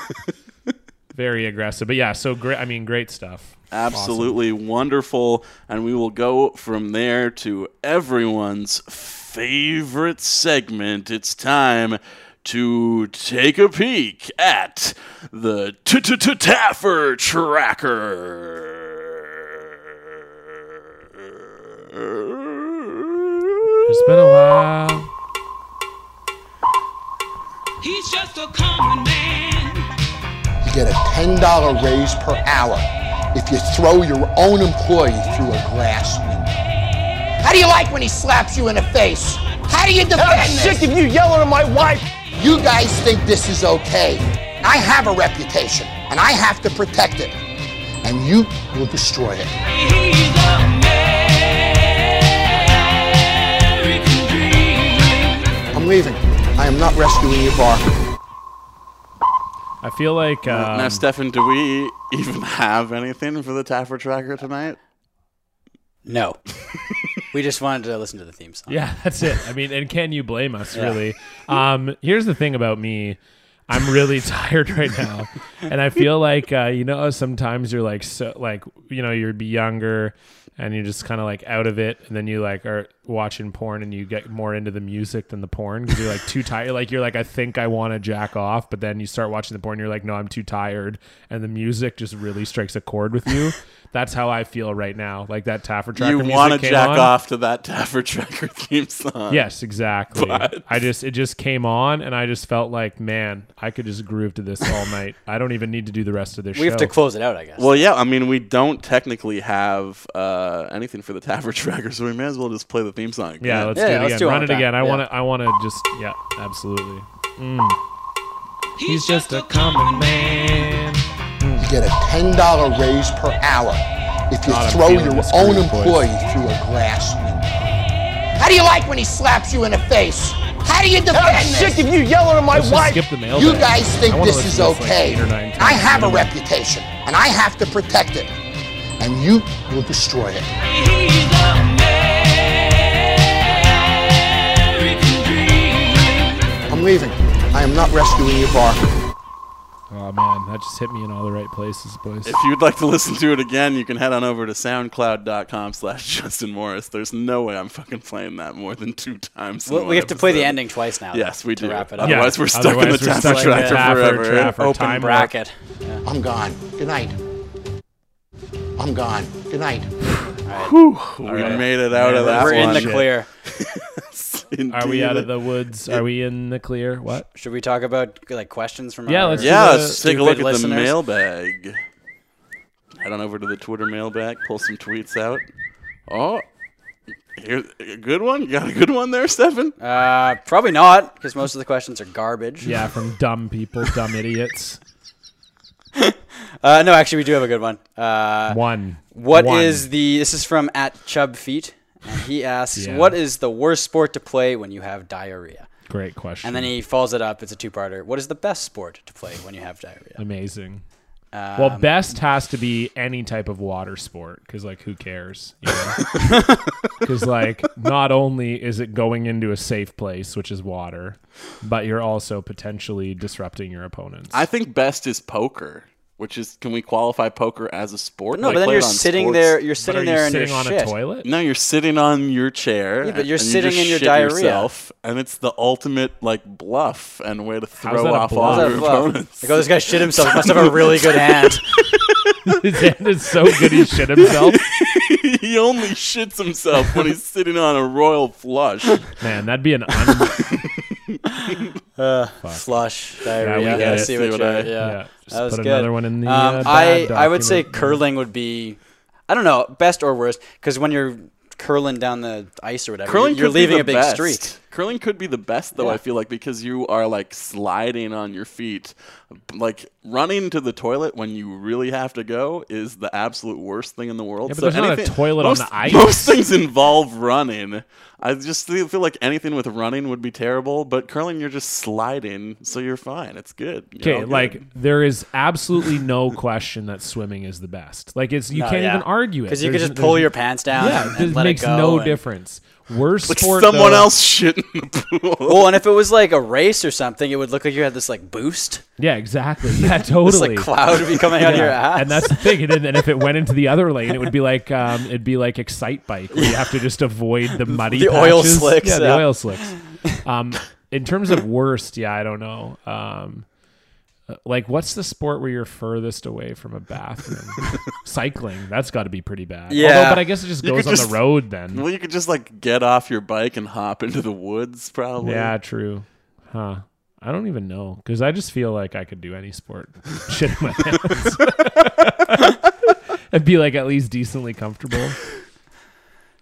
D: very aggressive, but yeah, so great. I mean, great stuff.
B: Absolutely wonderful. And we will go from there to everyone's favorite segment. It's time to take a peek at the Taffer
D: Uh,
B: Tracker.
D: It's been a while.
F: He's just a common man.
G: You get a $10 raise per hour if you throw your own employee through a glass window.
H: How do you like when he slaps you in the face? How do you defend I'm sick of you yelling at my wife.
G: You guys think this is okay. I have a reputation, and I have to protect it. And you will destroy it.
F: He's the American dream.
G: I'm leaving. I am not rescuing your bar.
D: I feel like um,
B: Now, Stefan, do we even have anything for the Taffer Tracker tonight?
C: No. we just wanted to listen to the theme song.
D: Yeah, that's it. I mean, and can you blame us really? Um, here's the thing about me. I'm really tired right now. And I feel like uh, you know sometimes you're like so like you know you'd be younger and you're just kind of like out of it and then you like are watching porn and you get more into the music than the porn cuz you're like too tired like you're like I think I want to jack off but then you start watching the porn you're like no I'm too tired and the music just really strikes a chord with you. That's how I feel right now. Like that Taffer tracker
B: you
D: music
B: want to
D: came
B: jack
D: on.
B: off to that Taffer Tracker theme song?
D: Yes, exactly. I just it just came on, and I just felt like, man, I could just groove to this all night. I don't even need to do the rest of this.
C: We have to
D: show.
C: close it out, I guess.
B: Well, yeah, I mean, we don't technically have uh, anything for the Taffer Tracker, so we may as well just play the theme song.
D: Yeah, let's
C: Yeah,
D: do it
C: let's
D: again.
C: do it
D: Run
C: all
D: it
C: the
D: again. I
C: time. Yeah.
D: want to. I want to just. Yeah, absolutely. Mm.
F: He's just a common man.
G: You get a $10 raise per hour if you
D: God, I'm
G: throw
D: feeling
G: your
D: this
G: own
D: groove, boys.
G: employee through a glass window.
H: How do you like when he slaps you in the face? How do you defend
G: I'm
H: sick of you yelling at my
D: Let's just skip the mail.
G: You guys think
D: I wanna
G: this is
D: listen to like
G: okay.
D: eight or nine times
G: I have a
D: anyway.
G: reputation, and I have to protect it. And you will destroy it.
F: He's the American dream.
G: I'm leaving. I am not rescuing your bar.
D: Oh man, that just hit me in all the right places, boys.
B: If you'd like to listen to it again, you can head on over to soundcloud.com slash Justin Morris. There's no way I'm fucking playing that more than two times. in
C: Well,
B: one
C: we have to play the
B: episode.
C: ending twice now.
B: Yes,
C: though,
B: we
C: to
B: do.
C: wrap it up.
D: Yeah.
B: Otherwise, we're stuck
D: Otherwise
B: in the
D: we're
B: Taffer
D: stuck in the
B: Tracker
D: Taffer
B: forever.
D: Tracker.
C: Open
D: Time warp.
C: bracket.
G: I'm gone. Good night. I'm gone. Good night.
B: We made it out of that
C: We're in
B: one.
C: the clear.
D: Are we
B: Indeed.
D: out of the woods? Are we in the clear? What?
C: Should we talk about like questions from
D: Yeah,
C: our
D: let's-
B: Yeah,
D: To the
B: let's take a look at
C: stupid
B: the
C: listeners.
B: mailbag. Head on over to the Twitter mailbag, pull some tweets out. Oh, here, a good one? You got a good one there, Stefan?
C: Uh, probably not, because most of the questions are garbage.
D: Yeah, from dumb people, dumb idiots.
C: Uh, no, actually, we do have a good one. Uh,
D: One.
C: what is
D: One.
C: the? This is from at Chub Feet, and he asks,
D: Yeah.
C: "What is the worst sport to play when you have diarrhea?"
D: great question?
C: And then he follows it up. It's a two-parter. What is the best sport to play when you have diarrhea?
D: Amazing.
C: Um,
D: well, best has to be any type of water sport because, like, who cares? Because, like, not only is it going into a safe place, which is water, but you're also potentially disrupting your opponents.
B: I think best is poker, which is can we qualify poker as a sport?
C: No,
B: Like,
C: but then
B: play it
C: you're
B: on
C: sitting
B: sports.
C: there. You're
D: but are
C: sitting
D: you
C: there and
D: sitting
C: you're
D: on
C: shit.
D: a toilet?
B: No, you're sitting on your chair.
C: Yeah, but you're
B: and you
C: sitting
B: just
C: in your
B: shit
C: diarrhea.
B: yourself, and it's the ultimate like bluff and way to throw
D: that a
B: off
D: bluff?
B: all
D: How's
B: your
C: Well,
B: opponents.
C: Like, oh, this guy shit himself. He must have a really good hand.
D: His hand is so good he shit himself.
B: he only shits himself when he's sitting on a royal flush.
D: Man, that'd be an un-
C: Flush
D: we
C: diarrhea.
D: get
C: I
D: it.
C: see
B: See
C: what
B: what
C: you're-
B: I-
C: yeah.
D: yeah. Just
C: that was
D: put
C: good.
D: another one in the.
C: Um,
D: uh,
C: I
D: bad
C: I would say
D: document.
C: curling would be, I don't know, best or worst, because when you're curling down the ice or whatever,
B: Curling
C: you're
B: could be
C: leaving
B: the
C: a big
B: best.
C: streak.
B: curling could be the best though. I feel like because you are like sliding on your feet, like running to the toilet when you really have to go is the absolute worst thing in the world.
D: Yeah, but there's not a toilet on
B: most,
D: the ice.
B: Most things involve running. I just feel feel like anything with running would be terrible, but curling you're just sliding, so you're fine. It's good. You're all
D: Okay,
B: good.
D: like there is absolutely no question that swimming is the best. Like it's you
C: No,
D: can't
C: yeah.
D: even argue it
C: because you could
D: There's-
C: just pull
D: there's-
C: your pants down
D: Yeah,
C: and,
D: it
C: and let
D: makes
C: it go.
D: no
C: and-
D: difference. Worst
B: like
D: sport.
B: someone
D: though-
B: else shit in the pool.
C: Well, and if it was like a race or something, it would look like you had this like boost,
D: Yeah, exactly. Yeah,
C: this
D: totally.
C: like cloud would be coming out of your ass.
D: And that's the thing. And, then- and if it went into the other lane, it would be like um, it'd be like Excite Bike. Where you have to just avoid the muddy,
C: The oil
D: patches.
C: slicks,
D: Yeah, the
C: yeah.
D: oil slicks. Um, in terms of worst, yeah, I don't know. Um, uh, like, what's the sport where you're furthest away from a bathroom? Cycling. That's got to be pretty bad. Although,
C: Yeah.
D: but I guess it just
B: You
D: goes
B: could
D: on
B: just-
D: the road then.
B: Well, you could just like get off your bike and hop into the woods, probably.
D: Yeah, true. Huh. I don't even know because I just feel like I could do any sport. Shit in my hands. and be like at least decently comfortable.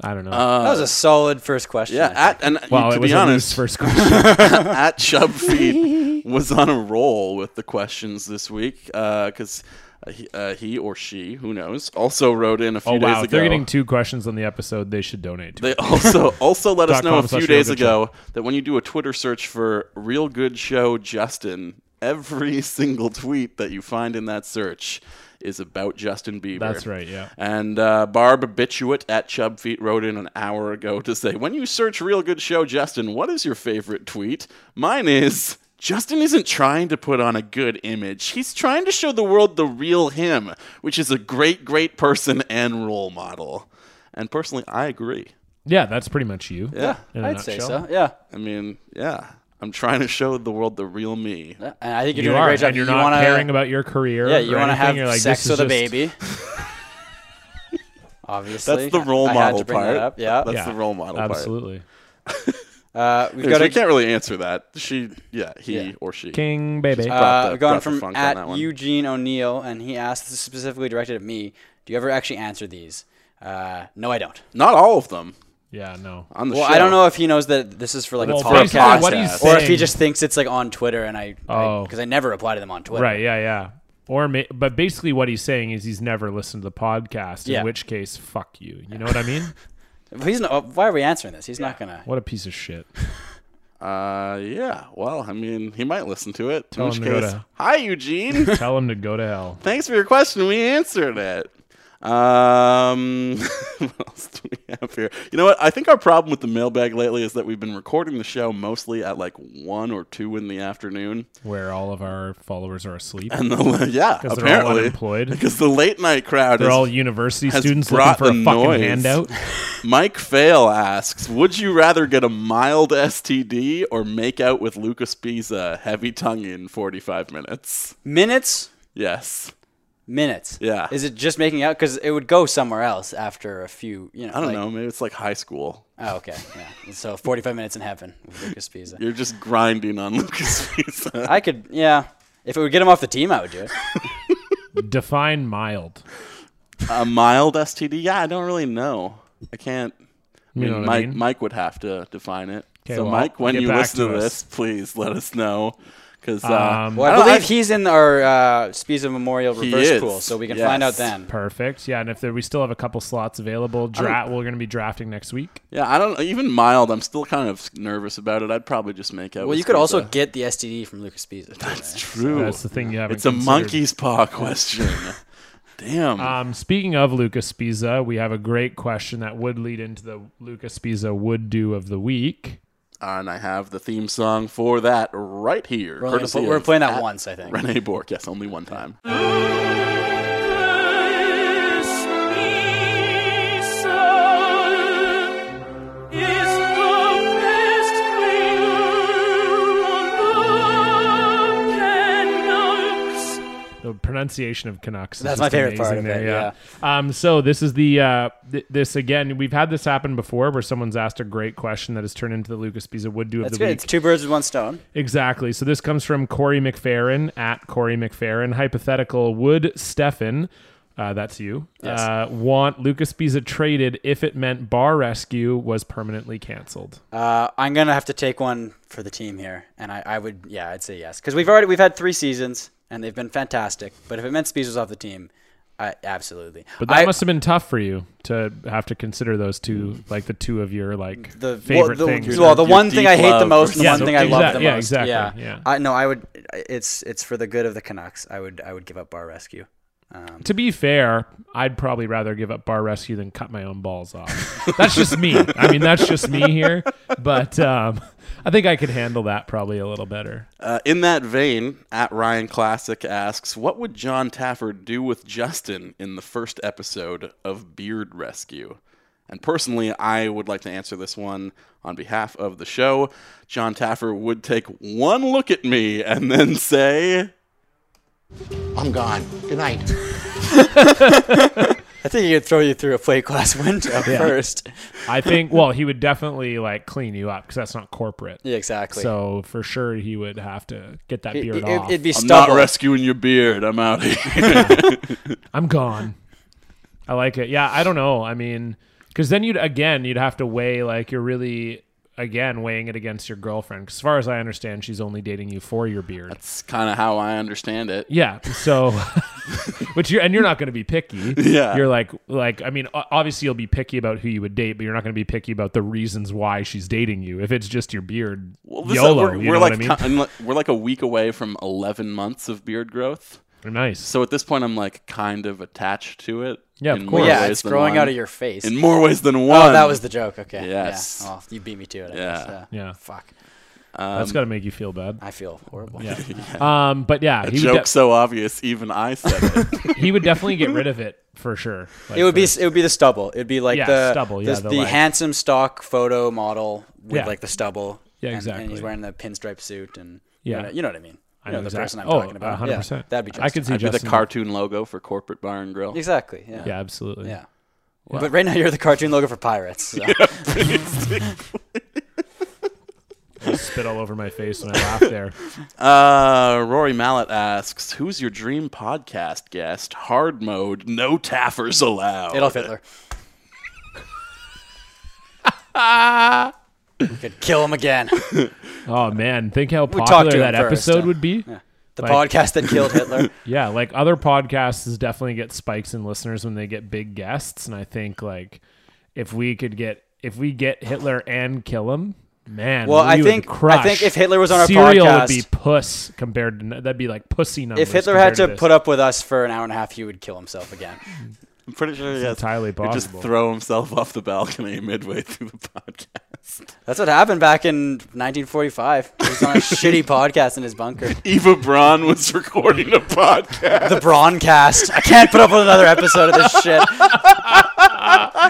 D: I don't know.
C: that was a solid first question.
B: Yeah, at, and
D: well,
B: to
D: it was
B: be
D: a loose
B: honest,
D: first question.
B: at Chubb Feet was on a roll with the questions this week because he, uh, he or she, who knows, also wrote in a few
D: oh
B: days
D: wow,
B: ago.
D: if they're getting two questions on the episode, they should donate. To
B: They also also let us
D: Dot
B: know
D: com
B: a few
D: slash
B: days
D: real good show.
B: ago that when you do a Twitter search for "Real Good Show Justin," every single tweet that you find in that search is about Justin Bieber.
D: That's right, yeah.
B: And uh, Barb Bituate at Chubfeet wrote in an hour ago to say, "When you search Real Good Show Justin, what is your favorite tweet? Mine is." Justin isn't trying to put on a good image. He's trying to show the world the real him, which is a great, great person and role model. And personally, I agree.
D: yeah, that's pretty much you.
B: Yeah.
D: in a
C: I'd say
D: nutshell.
C: so. Yeah,
B: I mean, yeah. I'm trying to show the world the real me.
C: and I think you're
D: You
C: doing a
D: are,
C: great job.
D: and you're
C: you
D: not
C: wanna,
D: caring about your career.
C: Yeah, you
D: want to
C: have
D: you're like,
C: sex
D: this
C: with
D: is
C: a
D: just-
C: baby. Obviously,
B: That's the role
C: I had
B: model
C: to bring
B: part.
C: That up. Yeah,
B: That's
D: Yeah,
B: the role model
D: Absolutely.
C: uh, we've
B: part.
C: got
B: So we
C: a
B: can't really answer that. She, yeah, he
C: Yeah.
B: or she.
D: King baby.
B: Brought
C: Uh,
B: the-
C: we've
B: brought
C: gone
B: the
C: from
B: funk on that
C: at
B: one.
C: Eugene O'Neill, and he asked this is specifically directed at me. Do you ever actually answer these? Uh, no, I don't.
B: Not all of them
D: yeah, no.
B: on the
C: Well,
B: show.
C: I don't know if he knows that this is for like
D: Well,
C: a
D: basically,
C: podcast,
D: what he's
C: or if he
D: saying-
C: just thinks it's like on Twitter, and I
D: Oh.
C: because I, never reply to them on Twitter.
D: Right. Yeah. Yeah. Or, ma- but basically, what he's saying is he's never listened to the podcast.
C: Yeah.
D: In which case, fuck you. You know what I mean?
C: But he's not, why are we answering this? He's not gonna.
D: What a piece of shit.
B: Uh, yeah. Well, I mean, he might listen to it.
D: Tell
B: in which
D: him to go
B: case,
D: to-
B: hi Eugene.
D: Tell him to go to hell.
B: Thanks for your question. We answered it. Um, what else do we have here? You know what? I think our problem with the mailbag lately is that we've been recording the show mostly at like one or two in the afternoon.
D: Where all of our followers are asleep.
B: And the yeah,
D: they're all
B: apparently
D: unemployed.
B: Because the late night crowd
D: They're
B: is
D: all university
B: has
D: students looking
B: brought
D: for a
B: the
D: fucking
B: noise.
D: handout.
B: Mike Fail asks, "Would you rather get a mild STD or make out with Lucas Pisa, heavy tongue in 45 minutes?"
C: Minutes,
B: Yes.
C: minutes.
B: Yeah.
C: Is it just making out? Because it would go somewhere else after a few. You know.
B: I don't know, maybe it's like high school.
C: Oh, okay. Yeah. So 45 minutes in heaven with Lucas Pisa.
B: You're just grinding on Lucas Pisa.
C: I could, yeah. If it would get him off the team, I would do it.
D: Define mild.
B: a mild STD? Yeah, I don't really know. I can't
D: You know what
B: Mike,
D: I mean?
B: Mike would have to define it.
D: 'Kay,
B: so,
D: well,
B: Mike, when
D: get
B: you
D: back
B: listen to,
D: to us.
B: this, please let us know. Because uh,
D: Um,
C: Well, I,
B: I don't-
C: believe
B: I-
C: he's in our uh, Spiza Memorial
B: He
C: reverse
B: is,
C: pool, so we can
B: yes.
C: find out then.
D: Perfect. Yeah, and if there, we still have a couple slots available, dra- we're going to be drafting next week.
B: yeah, I don't even mild. I'm still kind of nervous about it. I'd probably just make out.
C: Well,
B: with
C: you could
B: Pisa.
C: also get the STD from Lucas Spiza. That's
B: True.
D: That's the thing you haven't.
B: It's a
D: considered.
B: monkey's paw question. Damn.
D: Um, speaking of Lucas Pisa, we have a great question that would lead into the Lucas Pisa would do of the week.
B: and I have the theme song for that right here.
C: We're, only gonna
B: courtesy
C: put- we're
B: of
C: playing that
B: at
C: once, I think.
B: Rene Bork. Yes, only one time.
D: The pronunciation of Canucks. is
C: That's
D: just
C: my favorite
D: amazing
C: part of
D: there,
C: it,
D: Um, so this is the uh, th- this again. We've had this happen before, where someone's asked a great question that has turned into the Lucas Pisa would do of
C: That's
D: the
C: good.
D: week.
C: It's two birds with one stone.
D: Exactly. So this comes from Corey McFarren at Corey McFarren. Hypothetical: Would Stefan Uh, that's you.
C: Yes.
D: Uh, want Lucas Pisa traded if it meant Bar Rescue was permanently canceled.
C: Uh, I'm gonna have to take one for the team here, and I, I would, yeah, I'd say yes, because we've already we've had three seasons and they've been fantastic. But if it meant Spees was off the team, I absolutely.
D: But that
C: I,
D: must have been tough for you to have to consider those two, like the two of your like
C: the
D: favorite
C: well, the,
D: things.
C: Well, the
B: Your
C: one thing I
B: deep
C: hate the
B: love
C: most,
B: for
C: and the
D: Yeah,
C: one
D: the-
C: thing I love the
D: exact- yeah,
C: most.
D: exactly,
C: Yeah,
D: yeah.
C: I no, I would. It's it's for the good of the Canucks. I would I would give up Bar Rescue.
D: to be fair, I'd probably rather give up bar rescue than cut my own balls off. that's just me. I mean, that's just me here. But um, I think I could handle that probably a little better.
B: Uh, in that vein, at Ryan Classic asks, "What would John Tafford do with Justin in the first episode of Beard Rescue?" And personally, I would like to answer this one on behalf of the show. John Tafford would take one look at me and then say,
G: I'm gone. Good night.
C: I think he could throw you through a plate glass window first.
D: I think. Well, he would definitely like clean you up because that's not corporate.
C: Yeah, exactly.
D: So for sure, he would have to get that
C: it,
D: beard
C: it,
D: off.
C: would be
B: "I'm
C: stubble.
B: not rescuing your beard. I'm out here."
D: I'm gone. I like it. Yeah, I don't know. I mean, because then you'd again you'd have to weigh like you're really again weighing it against your girlfriend. 'Cause as far as I understand, she's only dating you for your beard.
B: That's kind of how I understand it.
D: yeah. So, which you're and you're not going to be picky.
B: Yeah.
D: You're like like I mean, o- obviously you'll be picky about who you would date, but you're not going to be picky about the reasons why she's dating you. If it's just your beard,
B: Well, this-
D: YOLO.
B: we're,
D: you
B: we're
D: know
B: like
D: what I mean?
B: con- we're like a week away from 11 months of beard growth.
D: nice.
B: So at this point, I'm like kind of attached to it.
D: Yeah, of
B: in
D: course.
B: more
C: yeah,
B: ways
C: it's
B: than
C: growing
B: one.
C: out of your face.
B: in more ways than one.
C: Oh, that was the joke. Okay.
B: Yes.
C: Yeah. Oh, you beat me to it. I
B: Yeah.
C: Guess. yeah.
D: Yeah.
C: Fuck.
D: That's got to make you feel bad.
C: um, I feel horrible.
D: Um, but yeah, he would,
B: joke
D: de-
B: so obvious, even I said it.
D: he would definitely get rid of it for sure. Like,
C: It would be
D: for-
C: it would be the stubble. It'd be like
D: Yeah,
C: the
D: stubble,
C: the,
D: yeah,
C: the,
D: the like-
C: handsome stock photo model with
D: Yeah.
C: like the stubble.
D: Yeah,
C: and- And
D: exactly.
C: he's wearing the pinstripe suit and
D: Yeah.
C: you know, you know what I mean.
D: I
C: You know,
D: know
C: the
D: exact-
C: person I'm
D: oh,
C: talking about.
D: 100%.
C: Yeah, that'd be
D: I
C: Justin.
D: could see
B: I'd be the
D: Justin-
B: cartoon logo for corporate bar and grill.
C: exactly. Yeah.
D: Yeah, absolutely.
C: Yeah. But right now you're the cartoon logo for pirates. so.
D: Spit all over my face when I laughed there.
B: Uh, Rory Mallet asks, "Who's your dream podcast guest? Hard mode, no taffers allowed."
C: Adolf Hitler. we could kill him again.
D: Oh man, think how
C: talked
D: popular
C: to
D: that
C: him first,
D: episode
C: yeah.
D: would be. Yeah.
C: The
D: Like-
C: podcast that killed Hitler.
D: like other podcasts definitely get spikes in listeners when they get big guests, and I think like if we could get if we get Hitler and kill him, man.
C: Well,
D: we
C: I
D: would
C: think- I
D: crush.
C: think if Hitler was on our
D: Serial
C: podcast-
D: would be puss compared to that'd be like pussy numbers.
C: If Hitler had
D: compared
C: to
D: this.
C: put up with us for an hour and a half, he would kill himself again.
B: I'm pretty sure yes.
D: entirely
B: He'd Just
D: possible.
B: throw himself off the balcony midway through the podcast.
C: That's what happened back in 1945. He was on a shitty podcast in his bunker.
B: Eva Braun was recording a podcast.
C: The Broncast. I can't put up with another episode of this shit.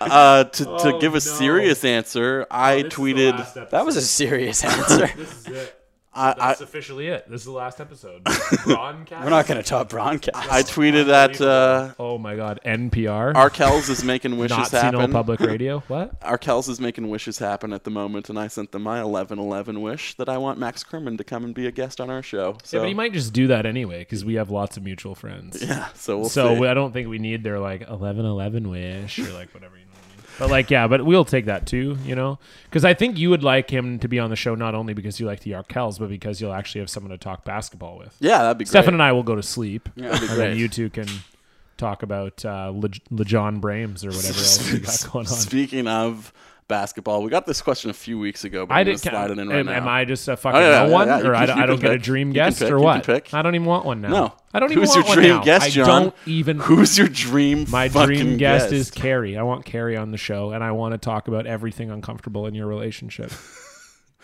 B: Uh, to, to give a serious answer, I tweeted.
C: That was a serious answer.
B: I, I,
D: That's officially it. This is the last episode.
C: We're not going to top Broncast.
B: I tweeted at uh,
D: oh my god, NPR.
B: Arkels is making wishes
D: not senile
B: happen.
D: public radio. What?
B: Arkels is making wishes happen at the moment, and I sent them my 1111 wish that I want Max Kerman to come and be a guest on our show. So,
D: Yeah, but he might just do that anyway because we have lots of mutual friends.
B: yeah, so we'll
D: so uh,
B: see.
D: I don't think we need their like eleven eleven wish or like whatever you know. What I mean. But like yeah, but we'll take that too, you know, because I think you would like him to be on the show not only because you like the Arkells, but because you'll actually have someone to talk basketball with.
B: yeah, that'd be
D: Stefan
B: great.
D: and I will go to sleep,
B: that'd be
D: and then
B: great.
D: you two can talk about uh, Le- LeJon Brames or whatever else we got going on.
B: Speaking of basketball, we got this question a few weeks ago, but
D: I
B: I'm gonna
D: didn't.
B: slide it in right
D: am,
B: now.
D: am I just a fucking
B: Oh, yeah,
D: no
B: yeah,
D: one,
B: yeah, you
D: or
B: can-
D: I, don't-
B: you
D: I don't
B: can
D: get a
B: pick.
D: dream
B: You can
D: guest,
B: pick,
D: or
B: you can
D: what?
B: pick.
D: I don't even want one now.
B: No.
D: I don't even
B: Who's
D: want
B: your
D: one
B: dream
D: now.
B: guest,
D: I
B: John?
D: don't even.
B: Who's your dream?
D: my
B: fucking
D: dream guest, is Carrie. I want Carrie on the show, and I want to talk about everything uncomfortable in your relationship.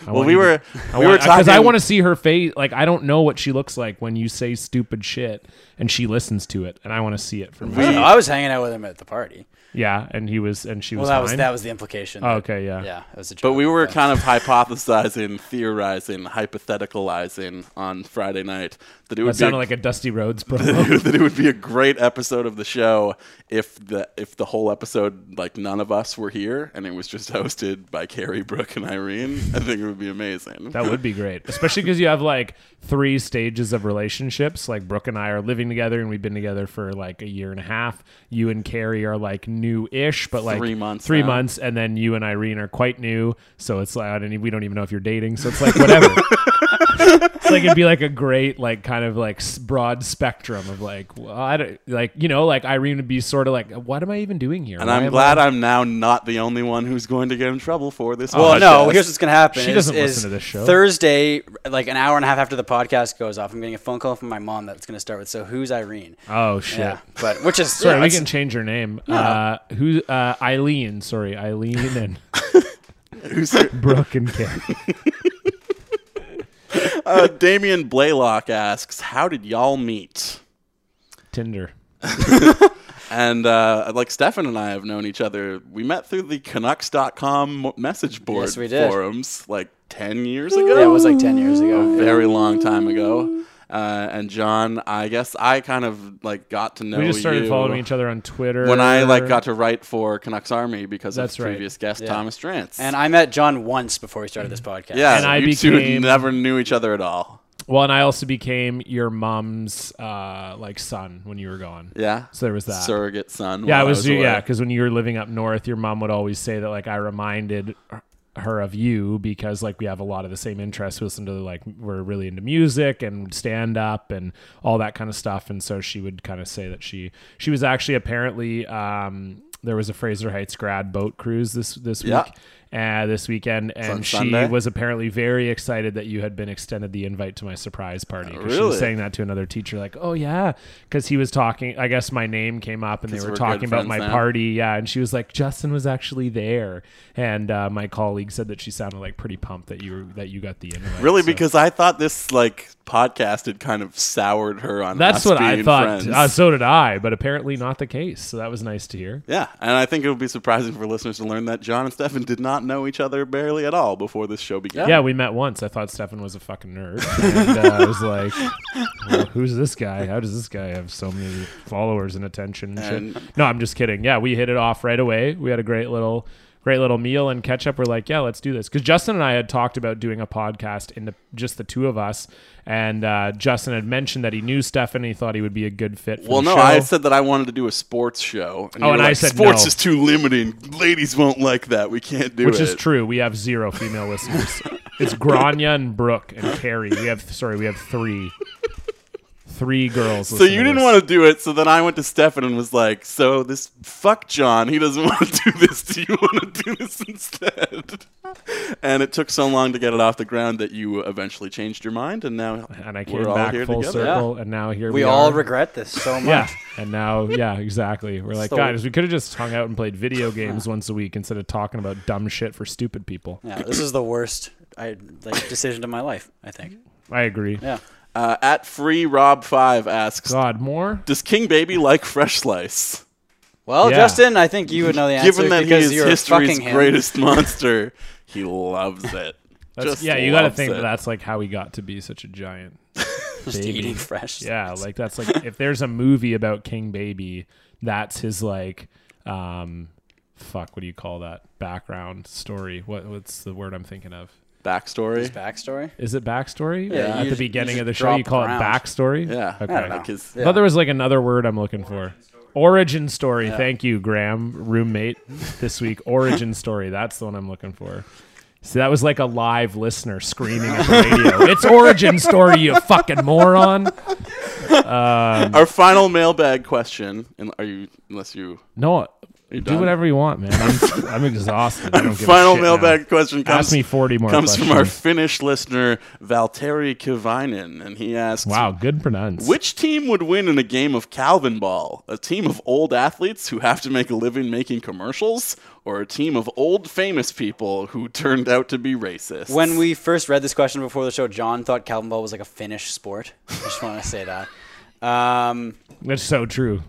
D: I
B: Well,
D: want
B: we
D: you to-
B: were
D: I
B: we were talking.
D: because I want to see her face. Like I don't know what she looks like when you say stupid shit, and she listens to it, and I want to see it from.
C: I don't
D: her.
C: know. I was hanging out with him at the party.
D: Yeah, and he was, and she
C: Well,
D: was.
C: that was
D: fine.
C: that was the implication.
D: Oh, okay, yeah.
C: Yeah, that was a joke.
B: But we were kind of hypothesizing, theorizing, hypotheticalizing on Friday night that it would
D: That
B: be a
D: sounded like a Dusty Rhodes promo.
B: that it would be a great episode of the show if the if the whole episode like none of us were here and it was just hosted by Carrie, Brooke, and Irene. I think it would be amazing.
D: That would be great, especially because you have like three stages of relationships. Like Brooke and I are living together, and we've been together for like a year and a half. You and Carrie are like new-ish, but like
B: Three months
D: three
B: now.
D: months, and then you and Irene are quite new. So it's like I don't, e- we don't even know if you're dating. So it's like whatever. it's like it'd be like a great like kind of like s- broad spectrum of like well, I don't, like you know like Irene would be sort of like what am I even doing here?
B: and
D: Why
B: I'm
D: am
B: glad I'm now not the only one who's going to get in trouble for this.
D: Oh,
C: Well, no.
B: podcast.
C: Here's what's gonna happen.
D: She
C: is-
D: doesn't
C: is
D: listen to this show.
C: Thursday, like an hour and a half after the podcast goes off, I'm getting a phone call from my mom that's gonna start with, "So who's Irene?"
D: Oh shit.
C: Yeah, but which is
D: Sorry,
C: yeah,
D: we
C: it's-
D: can change your name. Uh, who? Uh, Eileen. Sorry, Eileen and Brooke and Karen.
B: Uh, Damian Blaylock asks, "How did y'all meet?"
D: Tinder.
B: And uh, like Stefan and I have known each other. We met through the Canucks.com mo- message board
C: Yes, we did.
B: forums like ten years
C: yeah, it
B: ago.
C: was like ten years ago.
B: very long time ago. Uh, and John, I guess I kind of like got to know.
D: We just started
B: Oh, you
D: following each other on Twitter.
B: when I like got to write for Canucks Army because
D: That's
B: of
D: right.
B: previous guest Thomas Trance.
C: And I met John once before we started this podcast.
B: yeah,
D: And I
B: you two
D: became-
B: never knew each other at all.
D: Well, and I also became your mom's uh, like son when you were gone.
B: Yeah,
D: So there was that.
B: surrogate son.
D: yeah,
B: while
D: I was.
B: away.
D: yeah, because when you were living up north, your mom would always say that like I reminded her of you because like we have a lot of the same interests. We listen to like we're really into music and stand up and all that kind of stuff. And so she would kind of say that she she was actually apparently um, there was a Fraser Heights grad boat cruise this this
B: Yeah.
D: week. Uh, this weekend,
B: on
D: and she
B: Sunday.
D: was apparently very excited that you had been extended the invite to my surprise party. 'cause She
B: really?
D: was saying that to another teacher, like, "Oh yeah," because he was talking. I guess my name came up, and they
B: 'Cause
D: were
B: we're good
D: talking about
B: friends
D: my
B: now.
D: party. Yeah, and she was like, "Justin was actually there," and uh, my colleague said that she sounded like pretty pumped that you were that you got the invite.
B: Really,
D: so-
B: because I thought this like podcast had kind of soured her on.
D: that's
B: us
D: what I
B: being
D: thought.
B: friends.
D: Uh, so did I, but apparently not the case. So that was nice to hear.
B: yeah, and I think it would be surprising for listeners to learn that John and Stefan did not know each other barely at all before this show began.
D: Yeah, we met once. I thought Stefan was a fucking nerd. And, uh, I was like, well, who's this guy? How does this guy have so many followers and attention? And shit?
B: And-
D: No, I'm just kidding. Yeah, we hit it off right away. We had a great little. Great little meal and catch up. We're like, yeah, let's do this. Because Justin and I had talked about doing a podcast into just the two of us, and uh, Justin had mentioned that he knew Stefan. and He thought he would be a good fit. For
B: Well,
D: the
B: no,
D: show.
B: I said that I wanted to do a sports show. And
D: Oh,
B: you
D: and
B: were
D: I
B: like,
D: said
B: sports
D: no.
B: is too limiting. Ladies won't like that. We can't do
D: which
B: it.
D: is true. We have zero female listeners. It's Grania and Brooke and Carrie. We have sorry, we have three, three girls.
B: So you didn't want to do it. So then I went to Stefan and was like, "So this fuck John, he doesn't want to do this. Do you want to do this instead?" And it took so long to get it off the ground that you eventually changed your mind, and now
D: and I came
B: we're all
D: back
B: here
D: full
B: together.
D: circle, and now here we,
C: We all
D: are.
C: regret this so much.
D: Yeah, and now yeah, exactly. We're like,
C: the-
D: guys, we could have just hung out and played video games once a week instead of talking about dumb shit for stupid people.
C: Yeah, this is the worst I, like decision of my life. I think.
D: I agree.
C: Yeah.
B: Uh, at free Rob Five asks,
D: God, more.
B: "Does King Baby like fresh slice?"
C: Well,
D: Yeah.
C: Justin, I think you would know the answer
B: Given that he
C: because
B: is
C: you're
B: history's
C: fucking him.
B: greatest monster, he loves it.
D: That's-
B: Just
D: yeah, you got to
B: loves
D: think
B: it.
D: that that's like how he got to be such a giant.
C: Just
D: baby.
C: eating fresh.
D: Yeah, like that's like if there's a movie about King Baby, that's his like um fuck, what do you call that? Background story. What what's the word I'm thinking of?
B: backstory.
C: Backstory.
D: Is it backstory?
C: Yeah,
D: At
C: you
D: the
C: just-
D: beginning
C: you
D: of the
C: just
D: show you
C: drop
D: call
C: around.
D: it backstory?
B: Yeah,
D: Okay.
B: I don't know. 'cause-
D: I thought there was like another word I'm looking for. Origin story. Thank you, Graham, roommate this week. Origin story. That's the one I'm looking for. So that was like a live listener screaming at the radio. it's origin story, you fucking moron.
B: Our final mailbag question, and are you unless you
D: No, do
B: done?
D: whatever you want, man. I'm, I'm exhausted. I don't give
B: final
D: a shit
B: mailbag
D: now.
B: question comes,
D: Ask me 40 more
B: comes
D: questions.
B: from our Finnish listener Valteri Kivainen, and he asks,
D: Wow, good pronounce.
B: Which team would win in a game of Calvin Ball? A team of old athletes who have to make a living making commercials, or a team of old famous people who turned out to be racist?
C: When we first read this question before the show, John thought Calvin Ball was like a Finnish sport. I just want to say that. Um,
D: That's so true.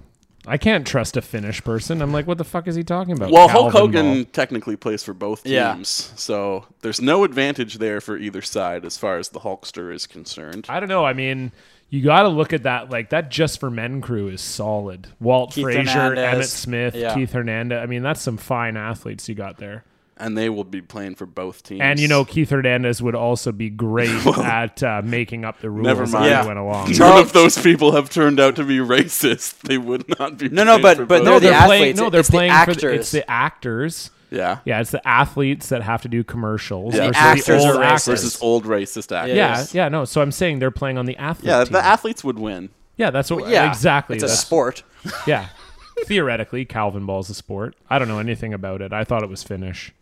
D: I can't trust a Finnish person. I'm like, what the fuck is he talking about?
B: well, Hulk
D: Calvin
B: Hogan
D: Ball.
B: technically plays for both teams,
C: Yeah.
B: so there's no advantage there for either side as far as the Hulkster is concerned.
D: I don't know. I mean, you got to look at that. Like that Just for Men crew is solid. Walt
C: Keith
D: Frazier,
C: Hernandez.
D: Emmett Smith,
C: Yeah.
D: Keith Hernandez. I mean, that's some fine athletes you got there.
B: and they will be playing for both teams.
D: And you know, Keith Hernandez would also be great at uh, making up the rules
B: Never
D: as
B: mind.
D: we
B: Yeah.
D: went along.
B: none
C: Charles-
B: of those people have turned out to be racist. They would not be.
C: No, no,
B: playing
C: but-
B: for
C: but
B: both.
C: they're the
D: they're playing.
C: athletes.
D: No, they're
C: It's the
D: playing for the,
C: actors.
D: it's the actors.
B: yeah,
D: Yeah, it's the athletes that have to do commercials
B: Yeah. The
D: versus
C: actors
D: the
C: are
D: old
C: racist.
D: actors.
B: versus old racist actors.
D: yeah,
C: Yes.
D: yeah, no. So I'm saying they're playing on the athlete.
B: yeah.
D: team.
B: The athletes would win.
D: yeah, that's what.
C: Yeah,
D: exactly.
C: It's a
D: that's-
C: sport.
D: Yeah. Theoretically, Calvin ball's a sport. I don't know anything about it. I thought it was Finnish.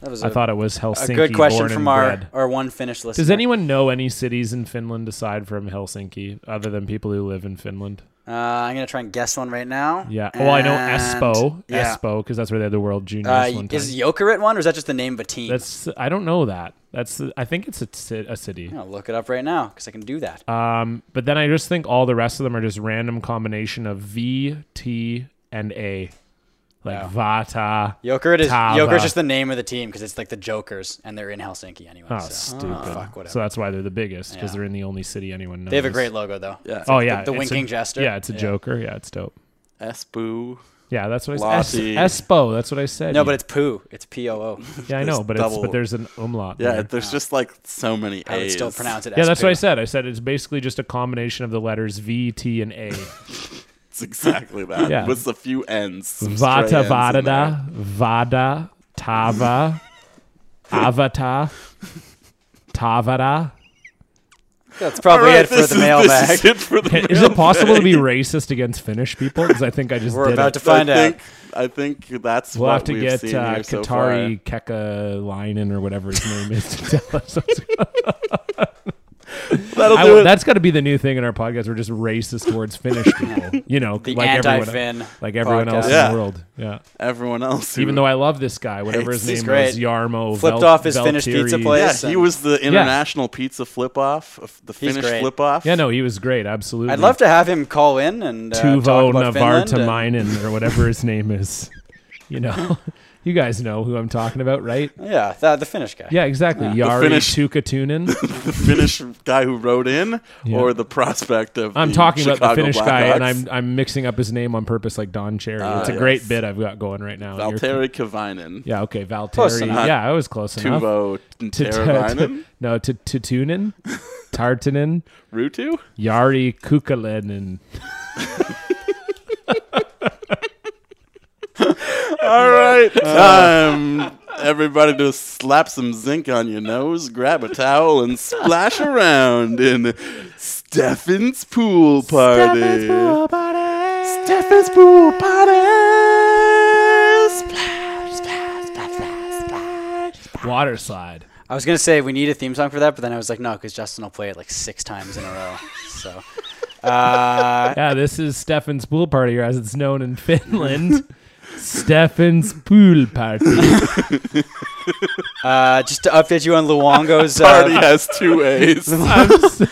C: That was
D: I
C: a,
D: thought it was Helsinki.
C: a good question
D: born and
C: from our,
D: bred.
C: our one Finnish listener.
D: Does anyone know any cities in Finland aside from Helsinki, other than people who live in Finland?
C: Uh, I'm gonna try and guess one right now.
D: Yeah. Well, I know
C: And-
D: Espoo,
C: Yeah.
D: Espoo, because that's where they had the World Juniors
C: Uh,
D: one time.
C: is Jokerit one, or is that just the name of a team?
D: That's I don't know that. That's I think it's a, ci- a city.
C: I'll look it up right now because I can do that.
D: Uh, But then I just think all the rest of them are just random combination of V, T, and A, like Vata.
C: Jokerit is
D: Tava.
C: Jokerit's just the name of the team because it's like the Jokers, and they're in Helsinki anyway.
D: Oh,
C: so.
D: stupid.
C: fuck, whatever.
D: So that's why they're the biggest because
C: Yeah.
D: they're in the only city anyone knows.
C: They have a great logo though.
B: Yeah.
D: Oh yeah,
C: the
D: it's
C: winking
D: a,
C: jester.
D: Yeah, it's a
C: Yeah.
D: Joker. Yeah, it's dope.
B: Espoo.
D: Yeah, that's what I said.
B: Lottie.
D: Es- Espo. That's what I said.
C: No, but it's poo. It's P O O.
D: yeah, I know,
B: it's
D: but it's
B: double-
D: but there's an umlaut.
B: Yeah,
D: there.
B: there's just like so many A's.
C: I would still pronounce it.
D: yeah,
C: as
D: that's
C: poo.
D: what I said. I said it's basically just a combination of the letters V, T, and A.
B: It's exactly that.
D: Yeah.
B: With a few N's. some stray N's
D: Vata
B: in there.
D: Vadada, Vada, Tava, Avata, Tavada.
C: That's probably
B: All right,
C: it for
B: this
C: the
B: is-
C: mailbag.
B: This is it for the
D: Is it
B: mailbag.
D: possible to be racist against Finnish people? Because I think I just
C: We're
D: did
C: about
D: it.
C: to find
B: I
C: out.
B: think, I think that's
D: We'll
B: what
D: have to
B: we've
D: get
B: seen
D: uh,
B: here so far.
D: Katari Kekalainen or whatever his name is to tell us.
B: That'll
D: I,
B: do it.
D: that's got to be the new thing in our podcast. We're just racist towards Finnish people. You know,
C: The
D: like
C: anti-Fin
D: everyone, like everyone else
C: podcast.
D: in
B: Yeah.
D: the world. Yeah.
B: Everyone else.
D: Even though I love this guy, whatever
B: Hates-
D: his
C: he's
D: name
C: great.
D: was, Yarmo.
C: Flipped
D: Vel-
C: off his Finnish pizza
D: Veltieri.
C: place.
B: yeah,
C: Yes,
B: he
C: and-
B: was the international pizza flip off, the Finnish
C: great.
B: flip off.
D: Yeah, no, he was great. Absolutely.
C: I'd love to have him call in and uh, talk
D: Tuvo
C: about Finland and-
D: Navartamainen or whatever his name is. You know, you guys know who I'm talking about, right?
C: Yeah, the, the Finnish guy.
D: Yeah, exactly. Yari
B: Finnish-
D: Tukatunen.
B: the Finnish guy who wrote in,
D: Yeah.
B: or the prospect of.
D: I'm
B: the
D: talking about the
B: Chicago
D: Finnish
B: Blackhawks?
D: guy, and I'm I'm mixing up his name on purpose, like Don Cherry.
C: Ah,
D: it's a great bit I've got going right now. You're-
B: Valteri Kavainen.
D: Yeah. Okay. Valteri.
C: Close enough.
D: Yeah, I was close enough.
B: Tuvo
D: To- to-
B: Teravainen.
D: to- no, to Tutunen, Tartanen,
B: Rutu.
D: Yari Kukalinen.
B: All right, Um, time Uh, everybody to slap some zinc on your nose, grab a towel, and splash around in Stefan's pool party. Stefan's pool party. Stefan's pool party. Splash, splash, splash, splash, splash.
D: Water slide.
C: I was gonna say we need a theme song for that, but then I was like, no, because Justin will play it like six times in a row. So
D: Yeah, this is Stefan's pool party, or as it's known in Finland, Stefan's pool party.
C: uh, just to update you on Luongo's
B: Party
C: uh,
B: has two A's.
D: I'm so,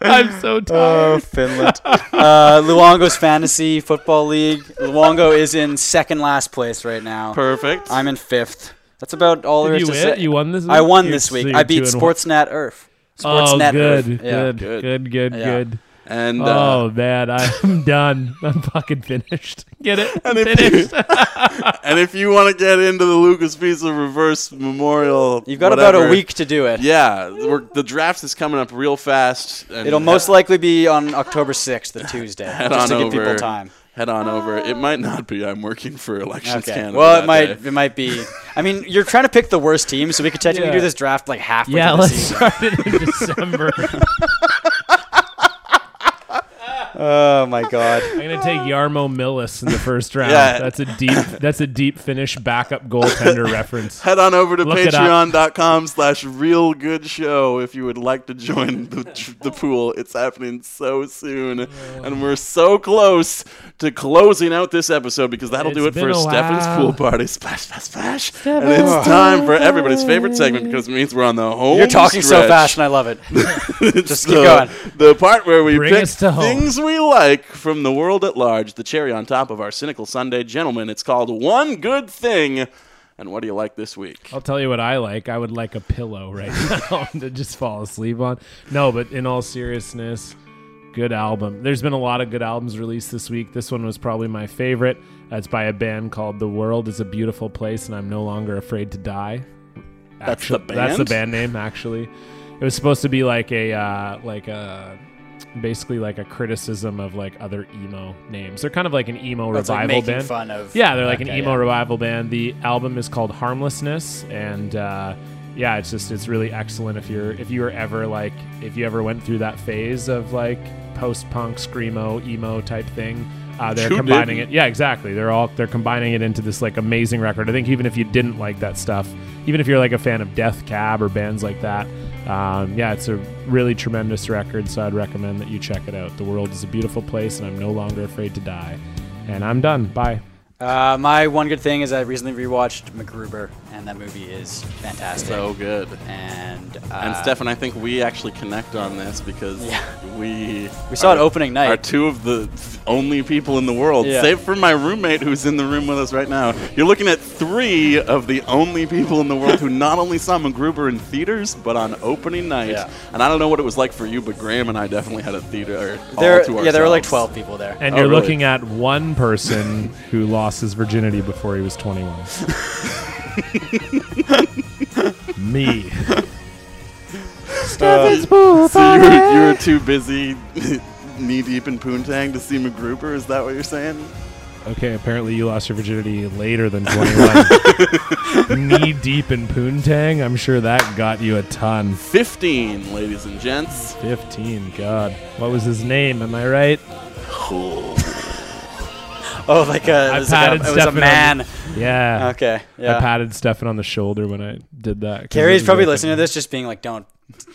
D: I'm
C: Uh,
D: so tired.
C: Finland, uh, Luongo's fantasy football league. Luongo is in second last place right now.
B: Perfect.
C: I'm in fifth. That's about all there
D: Did
C: is
D: you
C: to
D: win?
C: say.
D: You won this week?
C: I won
D: You're-
C: this
D: so
C: week.
D: you're
C: I
D: two
C: beat
D: and one.
C: Sportsnet Earth.
D: Oh,
C: Sportsnet
D: good,
C: Earth.
D: good,
C: Yeah.
D: good, good, good,
C: Yeah.
B: and uh,
D: Oh man, I'm done. I'm fucking finished. Get it? I'm
B: if you-
D: finished.
B: and if you want to get into the Lucas Pizza Reverse Memorial,
C: You've got about
B: whatever,
C: a week to do it.
B: Yeah, we're, the draft is coming up real fast. And
C: It'll most likely be on October 6th, the Tuesday,
B: head
C: just to
B: on
C: give
B: over.
C: people time.
B: Head on over. It might not be. I'm working for Elections
C: Okay.
B: Canada.
C: well, it
B: that
C: might
B: day.
C: it might be. I mean, you're trying to pick the worst team, so we could technically
D: Yeah.
C: do this draft like halfway
D: yeah,
C: through the
D: let's
C: season.
D: start it in December.
C: Oh my god.
D: I'm gonna take Yarmo Millis in the first round.
B: Yeah.
D: That's a deep. That's a deep Finnish backup goaltender reference.
B: Head on over to
D: Look it up.
B: patreon.com slash real good show if you would like to join the, the pool. It's happening so soon. And we're so close to closing out this episode because that'll do it
D: It's
B: for
D: been a
B: Stefan's
D: while.
B: pool party. Splash, splash, splash. And it's time for everybody's favorite segment because it means we're on the home
C: You're talking so
B: stretch.
C: fast, and I love it. Just keep
B: the,
C: going.
B: The part where we
D: Bring
B: pick
D: us to home.
B: things we like from the world at large, the cherry on top of our cynical Sunday, gentlemen. It's called One Good Thing. And what do you like this week?
D: I'll tell you what I like. I would like a pillow right now to just fall asleep on. No, but in all seriousness, Good album. There's been a lot of good albums released this week. This one was probably my favorite. It's by a band called The World is a Beautiful Place and I'm No Longer Afraid to Die.
B: That's
D: Actu-
B: the
D: That's the
B: band?
D: band name actually. It was supposed to be like a uh, like a basically like a criticism of like other emo names. They're kind of like an emo
C: That's like
D: revival
C: making
D: band.
C: fun of.
D: Yeah, they're like an
C: Okay,
D: emo
C: yeah.
D: revival band. The album is called Harmlessness, and uh, yeah, it's just it's really excellent. If you're if you were ever like if you ever went through that phase of like post punk screamo emo type thing, uh, they're
B: Who
D: combining
B: didn't?
D: it. Yeah, exactly. They're all they're combining it into this like amazing record. I think even if you didn't like that stuff, even if you're like a fan of Death Cab or bands like that. Um, yeah, it's a really tremendous record, so I'd recommend that you check it out. The world is a beautiful place, and I'm no longer afraid to die. And I'm done. Bye.
C: Uh, my one good thing is I recently rewatched MacGruber, and that movie is fantastic.
B: So good.
C: and uh,
B: And Stefan, I think we actually connect on this because
C: Yeah.
B: we
C: we saw
B: are-
C: it opening
B: Are
C: night.
B: two of the only people in the world,
C: Yeah.
B: save for my roommate who's in the room with us right now. You're looking at three of the only people in the world who not only saw MacGruber in theaters, but on opening night.
C: Yeah.
B: And I don't know what it was like for you, but Graham and I definitely had a theater or hall
C: there,
B: to
C: yeah, there were like
B: ourselves.
C: 12 people there.
D: And
B: Oh,
D: you're
B: really?
D: looking at one person who lost his virginity before he was 21. Me.
B: So you were, you were too busy knee deep in poontang to see MacGruber. Is that what you're saying?
D: Okay, apparently you lost your virginity later than 21. Knee deep in poontang. I'm sure that got you a ton.
B: 15, ladies and gents.
D: 15. God, what was his name? Am I right?
C: Oh, like a,
D: I
C: it was, like a,
D: patted
C: it was a
D: Stefan on-
C: man.
D: Yeah.
C: Okay,
D: I
C: yeah.
D: patted Stefan on the shoulder when I did that. 'cause it
C: Carrie's
D: was
C: probably
D: like-
C: listening to this, just being like, "Don't,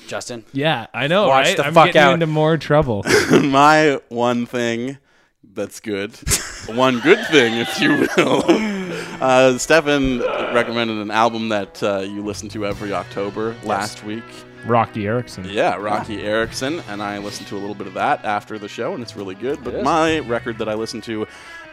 C: Justin."
D: Yeah, I know,
C: Watch
D: right?
C: the
D: I'm
C: fuck
D: getting you
C: out.
D: into more trouble.
B: my one thing that's good, one good thing, if you will. Uh, Stefan recommended an album that uh, you listen to every October last week.
D: Rocky Erickson.
B: Yeah, Rocky Erickson, and I listened to a little bit of that after the show, and it's really good. But my record that I listen to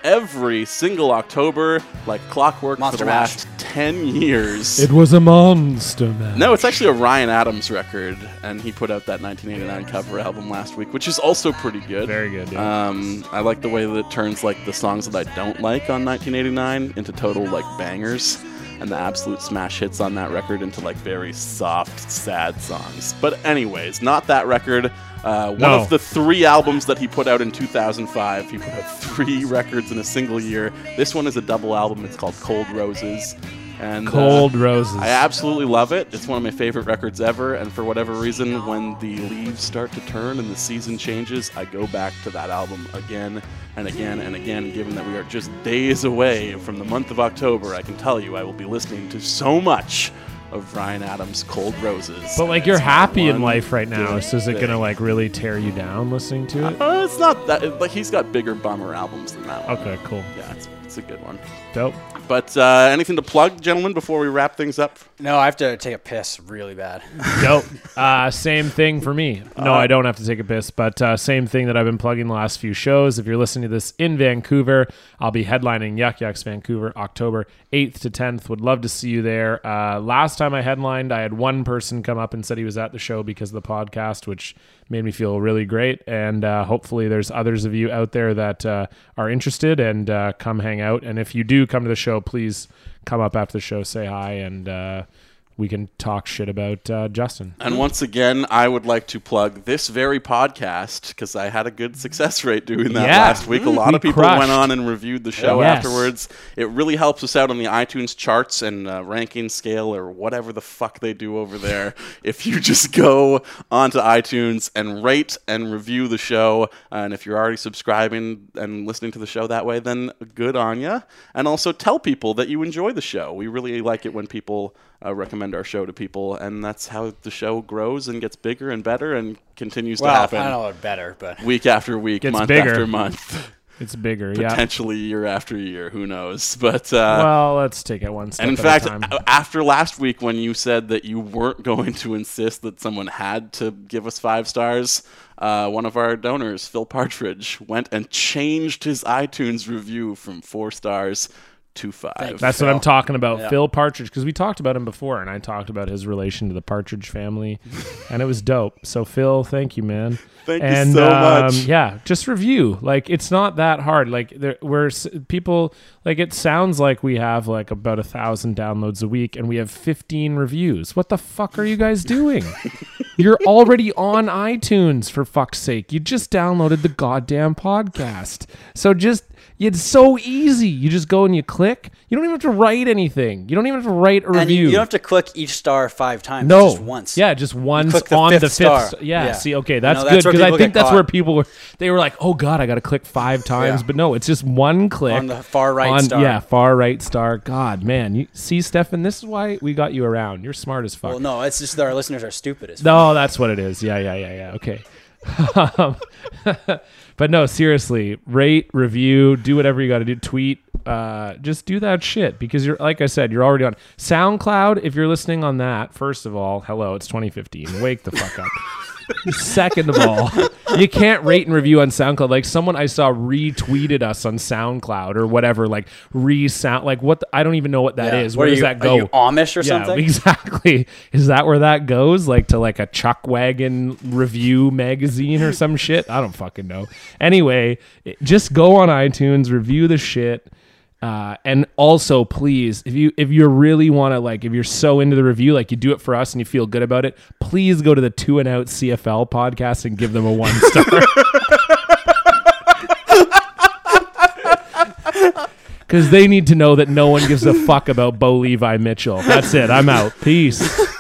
B: every single October, like clockwork, for
C: Monster
B: the
C: Mash.
B: last ten years.
D: It was a monster, man.
B: No, it's actually a Ryan Adams record, and he put out that 1989 cover album last week, which is also pretty good.
D: Very good, dude.
B: Um, I like the way that it turns like the songs that I don't like on 1989 into total like bangers, and the absolute smash hits on that record into like very soft, sad songs. But anyways, not that record. Uh, one
D: No.
B: of the three albums that he put out in 2005. He put out three records in a single year. This one is a double album. It's called Cold Roses. And uh,
D: Cold roses.
B: I absolutely love it. It's one of my favorite records ever. And for whatever reason, when the leaves start to turn and the season changes, I go back to that album again and again and again. Given that we are just days away from the month of October, I can tell you I will be listening to so much of Ryan Adams' Cold Roses.
D: but
B: And
D: like you're
B: it's my
D: happy in
B: one
D: life right now,
B: good
D: so is it
B: thing.
D: gonna like really tear you down listening to it?
B: Uh, it's not that. Like he's got bigger bummer albums than that one.
D: Okay, cool,
B: Yeah, it's, it's a good one.
D: dope.
B: But uh, anything to plug, gentlemen, before we wrap things up?
C: No, I have to take a piss really bad.
D: Dope. Uh, same thing for me.
B: Uh,
D: No, I don't have to take a piss, but uh, same thing that I've been plugging the last few shows. If you're listening to this in Vancouver, I'll be headlining Yuck Yucks Vancouver October 8th to 10th. Would love to see you there. Uh, last time I headlined, I had one person come up and said he was at the show because of the podcast, which made me feel really great. And uh, hopefully, there's others of you out there that uh, are interested and uh, come hang out. And if you do come to the show, please come up after the show, say hi, and. Uh, we can talk shit about uh, Justin.
B: And once again, I would like to plug this very podcast because I had a good success rate doing that
D: Yeah.
B: last week. A lot
D: We
B: of people
D: crushed.
B: went on and reviewed the show
D: Yes.
B: afterwards. It really helps us out on the iTunes charts and uh, ranking scale or whatever the fuck they do over there. if you just go onto iTunes and rate and review the show, and if you're already subscribing and listening to the show that way, then good on ya. And also tell people that you enjoy the show. We really like it when people uh, recommend our show to people, and that's how the show grows and gets bigger and better and continues
C: Well,
B: to
C: I
B: happen
C: don't know about better, but
B: week after week,
D: Gets
B: month
D: bigger.
B: after month,
D: It's bigger, yeah.
B: potentially year after year. Who knows? But uh,
D: Well, let's take it one step
B: and in
D: at
B: fact,
D: a time.
B: a- after last week when you said that you weren't going to insist that someone had to give us five stars, uh, one of our donors, Phil Partridge, went and changed his iTunes review from four stars 25.
D: That's what I'm talking about.
C: Yeah.
D: Phil Partridge, because we talked about him before, and I talked about his relation to the Partridge family, and it was dope. So Phil, thank you, man.
B: Thank you
D: and,
B: so
D: um,
B: much.
D: Yeah, just review. Like it's not that hard. Like there, we're s- people. Like it sounds like we have like about a thousand downloads a week, and we have 15 reviews. What the fuck are you guys doing? You're already on iTunes for fuck's sake. You just downloaded the goddamn podcast. So just it's so easy. You just go and you click. You don't even have to write anything. You don't even have to write a
C: And you,
D: review.
C: you don't have to click each star five times.
D: no,
C: just once.
D: Yeah, just once
C: click the
D: on
C: fifth
D: the fifth.
C: star.
D: star. Yeah,
C: Yeah.
D: See, okay,
C: I
D: that's
C: know,
D: good
C: that's where
D: because I
C: people
D: think
C: get
D: that's where
C: caught.
D: people were. They were like, "Oh God, I got to click five times," but no, it's just one click
C: On the far right
D: on-
C: star.
D: Yeah, far right star. God, man, you see, Stefan, this is why we got you around. You're smart as fuck.
C: Well, no, it's just that our listeners are stupid as fuck.
D: No, that's what it is. Yeah, yeah, yeah, yeah. Okay. Um, but no, seriously, rate, review, do whatever you got to do. Tweet, uh, just do that shit because you're, like I said, you're already on SoundCloud. If you're listening on that, first of all, hello, it's 2015. Wake the fuck up. Second of all, you can't rate and review on SoundCloud. Like someone I saw retweeted us on SoundCloud or whatever, like re sound, like what? the- I don't even know what that is.
C: Yeah. What
D: Where
C: are
D: does
C: you-
D: that go?
C: Are you Amish or something?
D: exactly. Is that where that goes? Like to like a chuck wagon review magazine or some shit? I don't fucking know. Anyway, it- just go on iTunes, review the shit. Uh, and also please if you if you really want to like if you're so into the review like you do it for us and you feel good about it please go to the two and out cfl podcast and give them a one star because they need to know that no one gives a fuck about bo levi mitchell that's it i'm out peace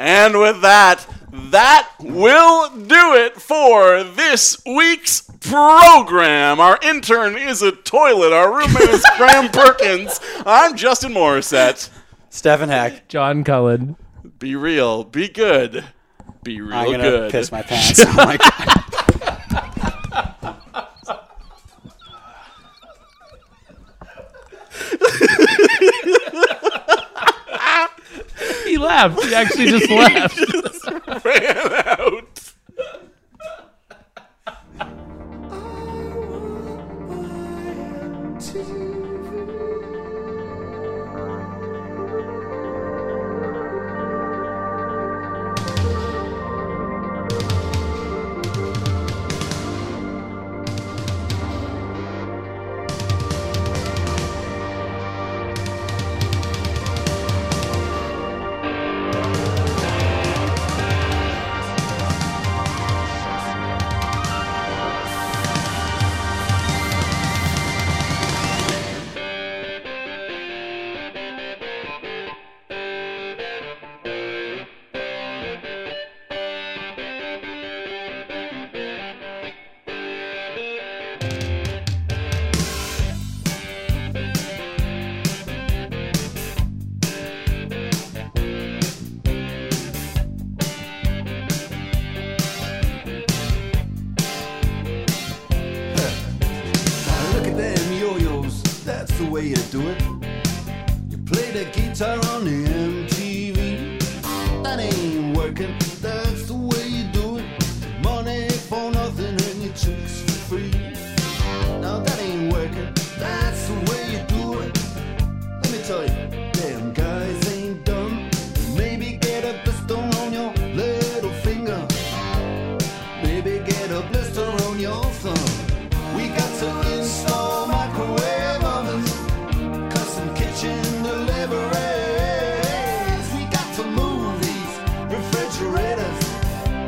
B: And with that, that will do it for this week's program. Our intern is a toilet. Our roommate is Graham Perkins. I'm Justin Morissette.
C: Stefan Hack.
D: John Cullen.
B: Be real. Be good. Be real
C: I'm gonna
B: good.
C: piss my pants. oh my God.
D: He left. He actually just left.
B: Ran out.
I: Now Look at them yo-yos, that's the way you do it. You play the guitar on the MTV. That ain't working, that's the way you do it. Money for nothing and your chicks for free. Now that ain't working, that's the way you do it. Let me tell you, them guys ain't dumb. Maybe get a blister on your little finger. Maybe get a blister on your thumb. We got to install microwave ovens, custom kitchen deliveries. We got to move these refrigerators.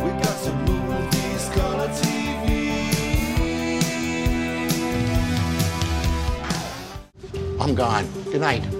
I: We got to move these color TVs.
G: I'm gone. Good night.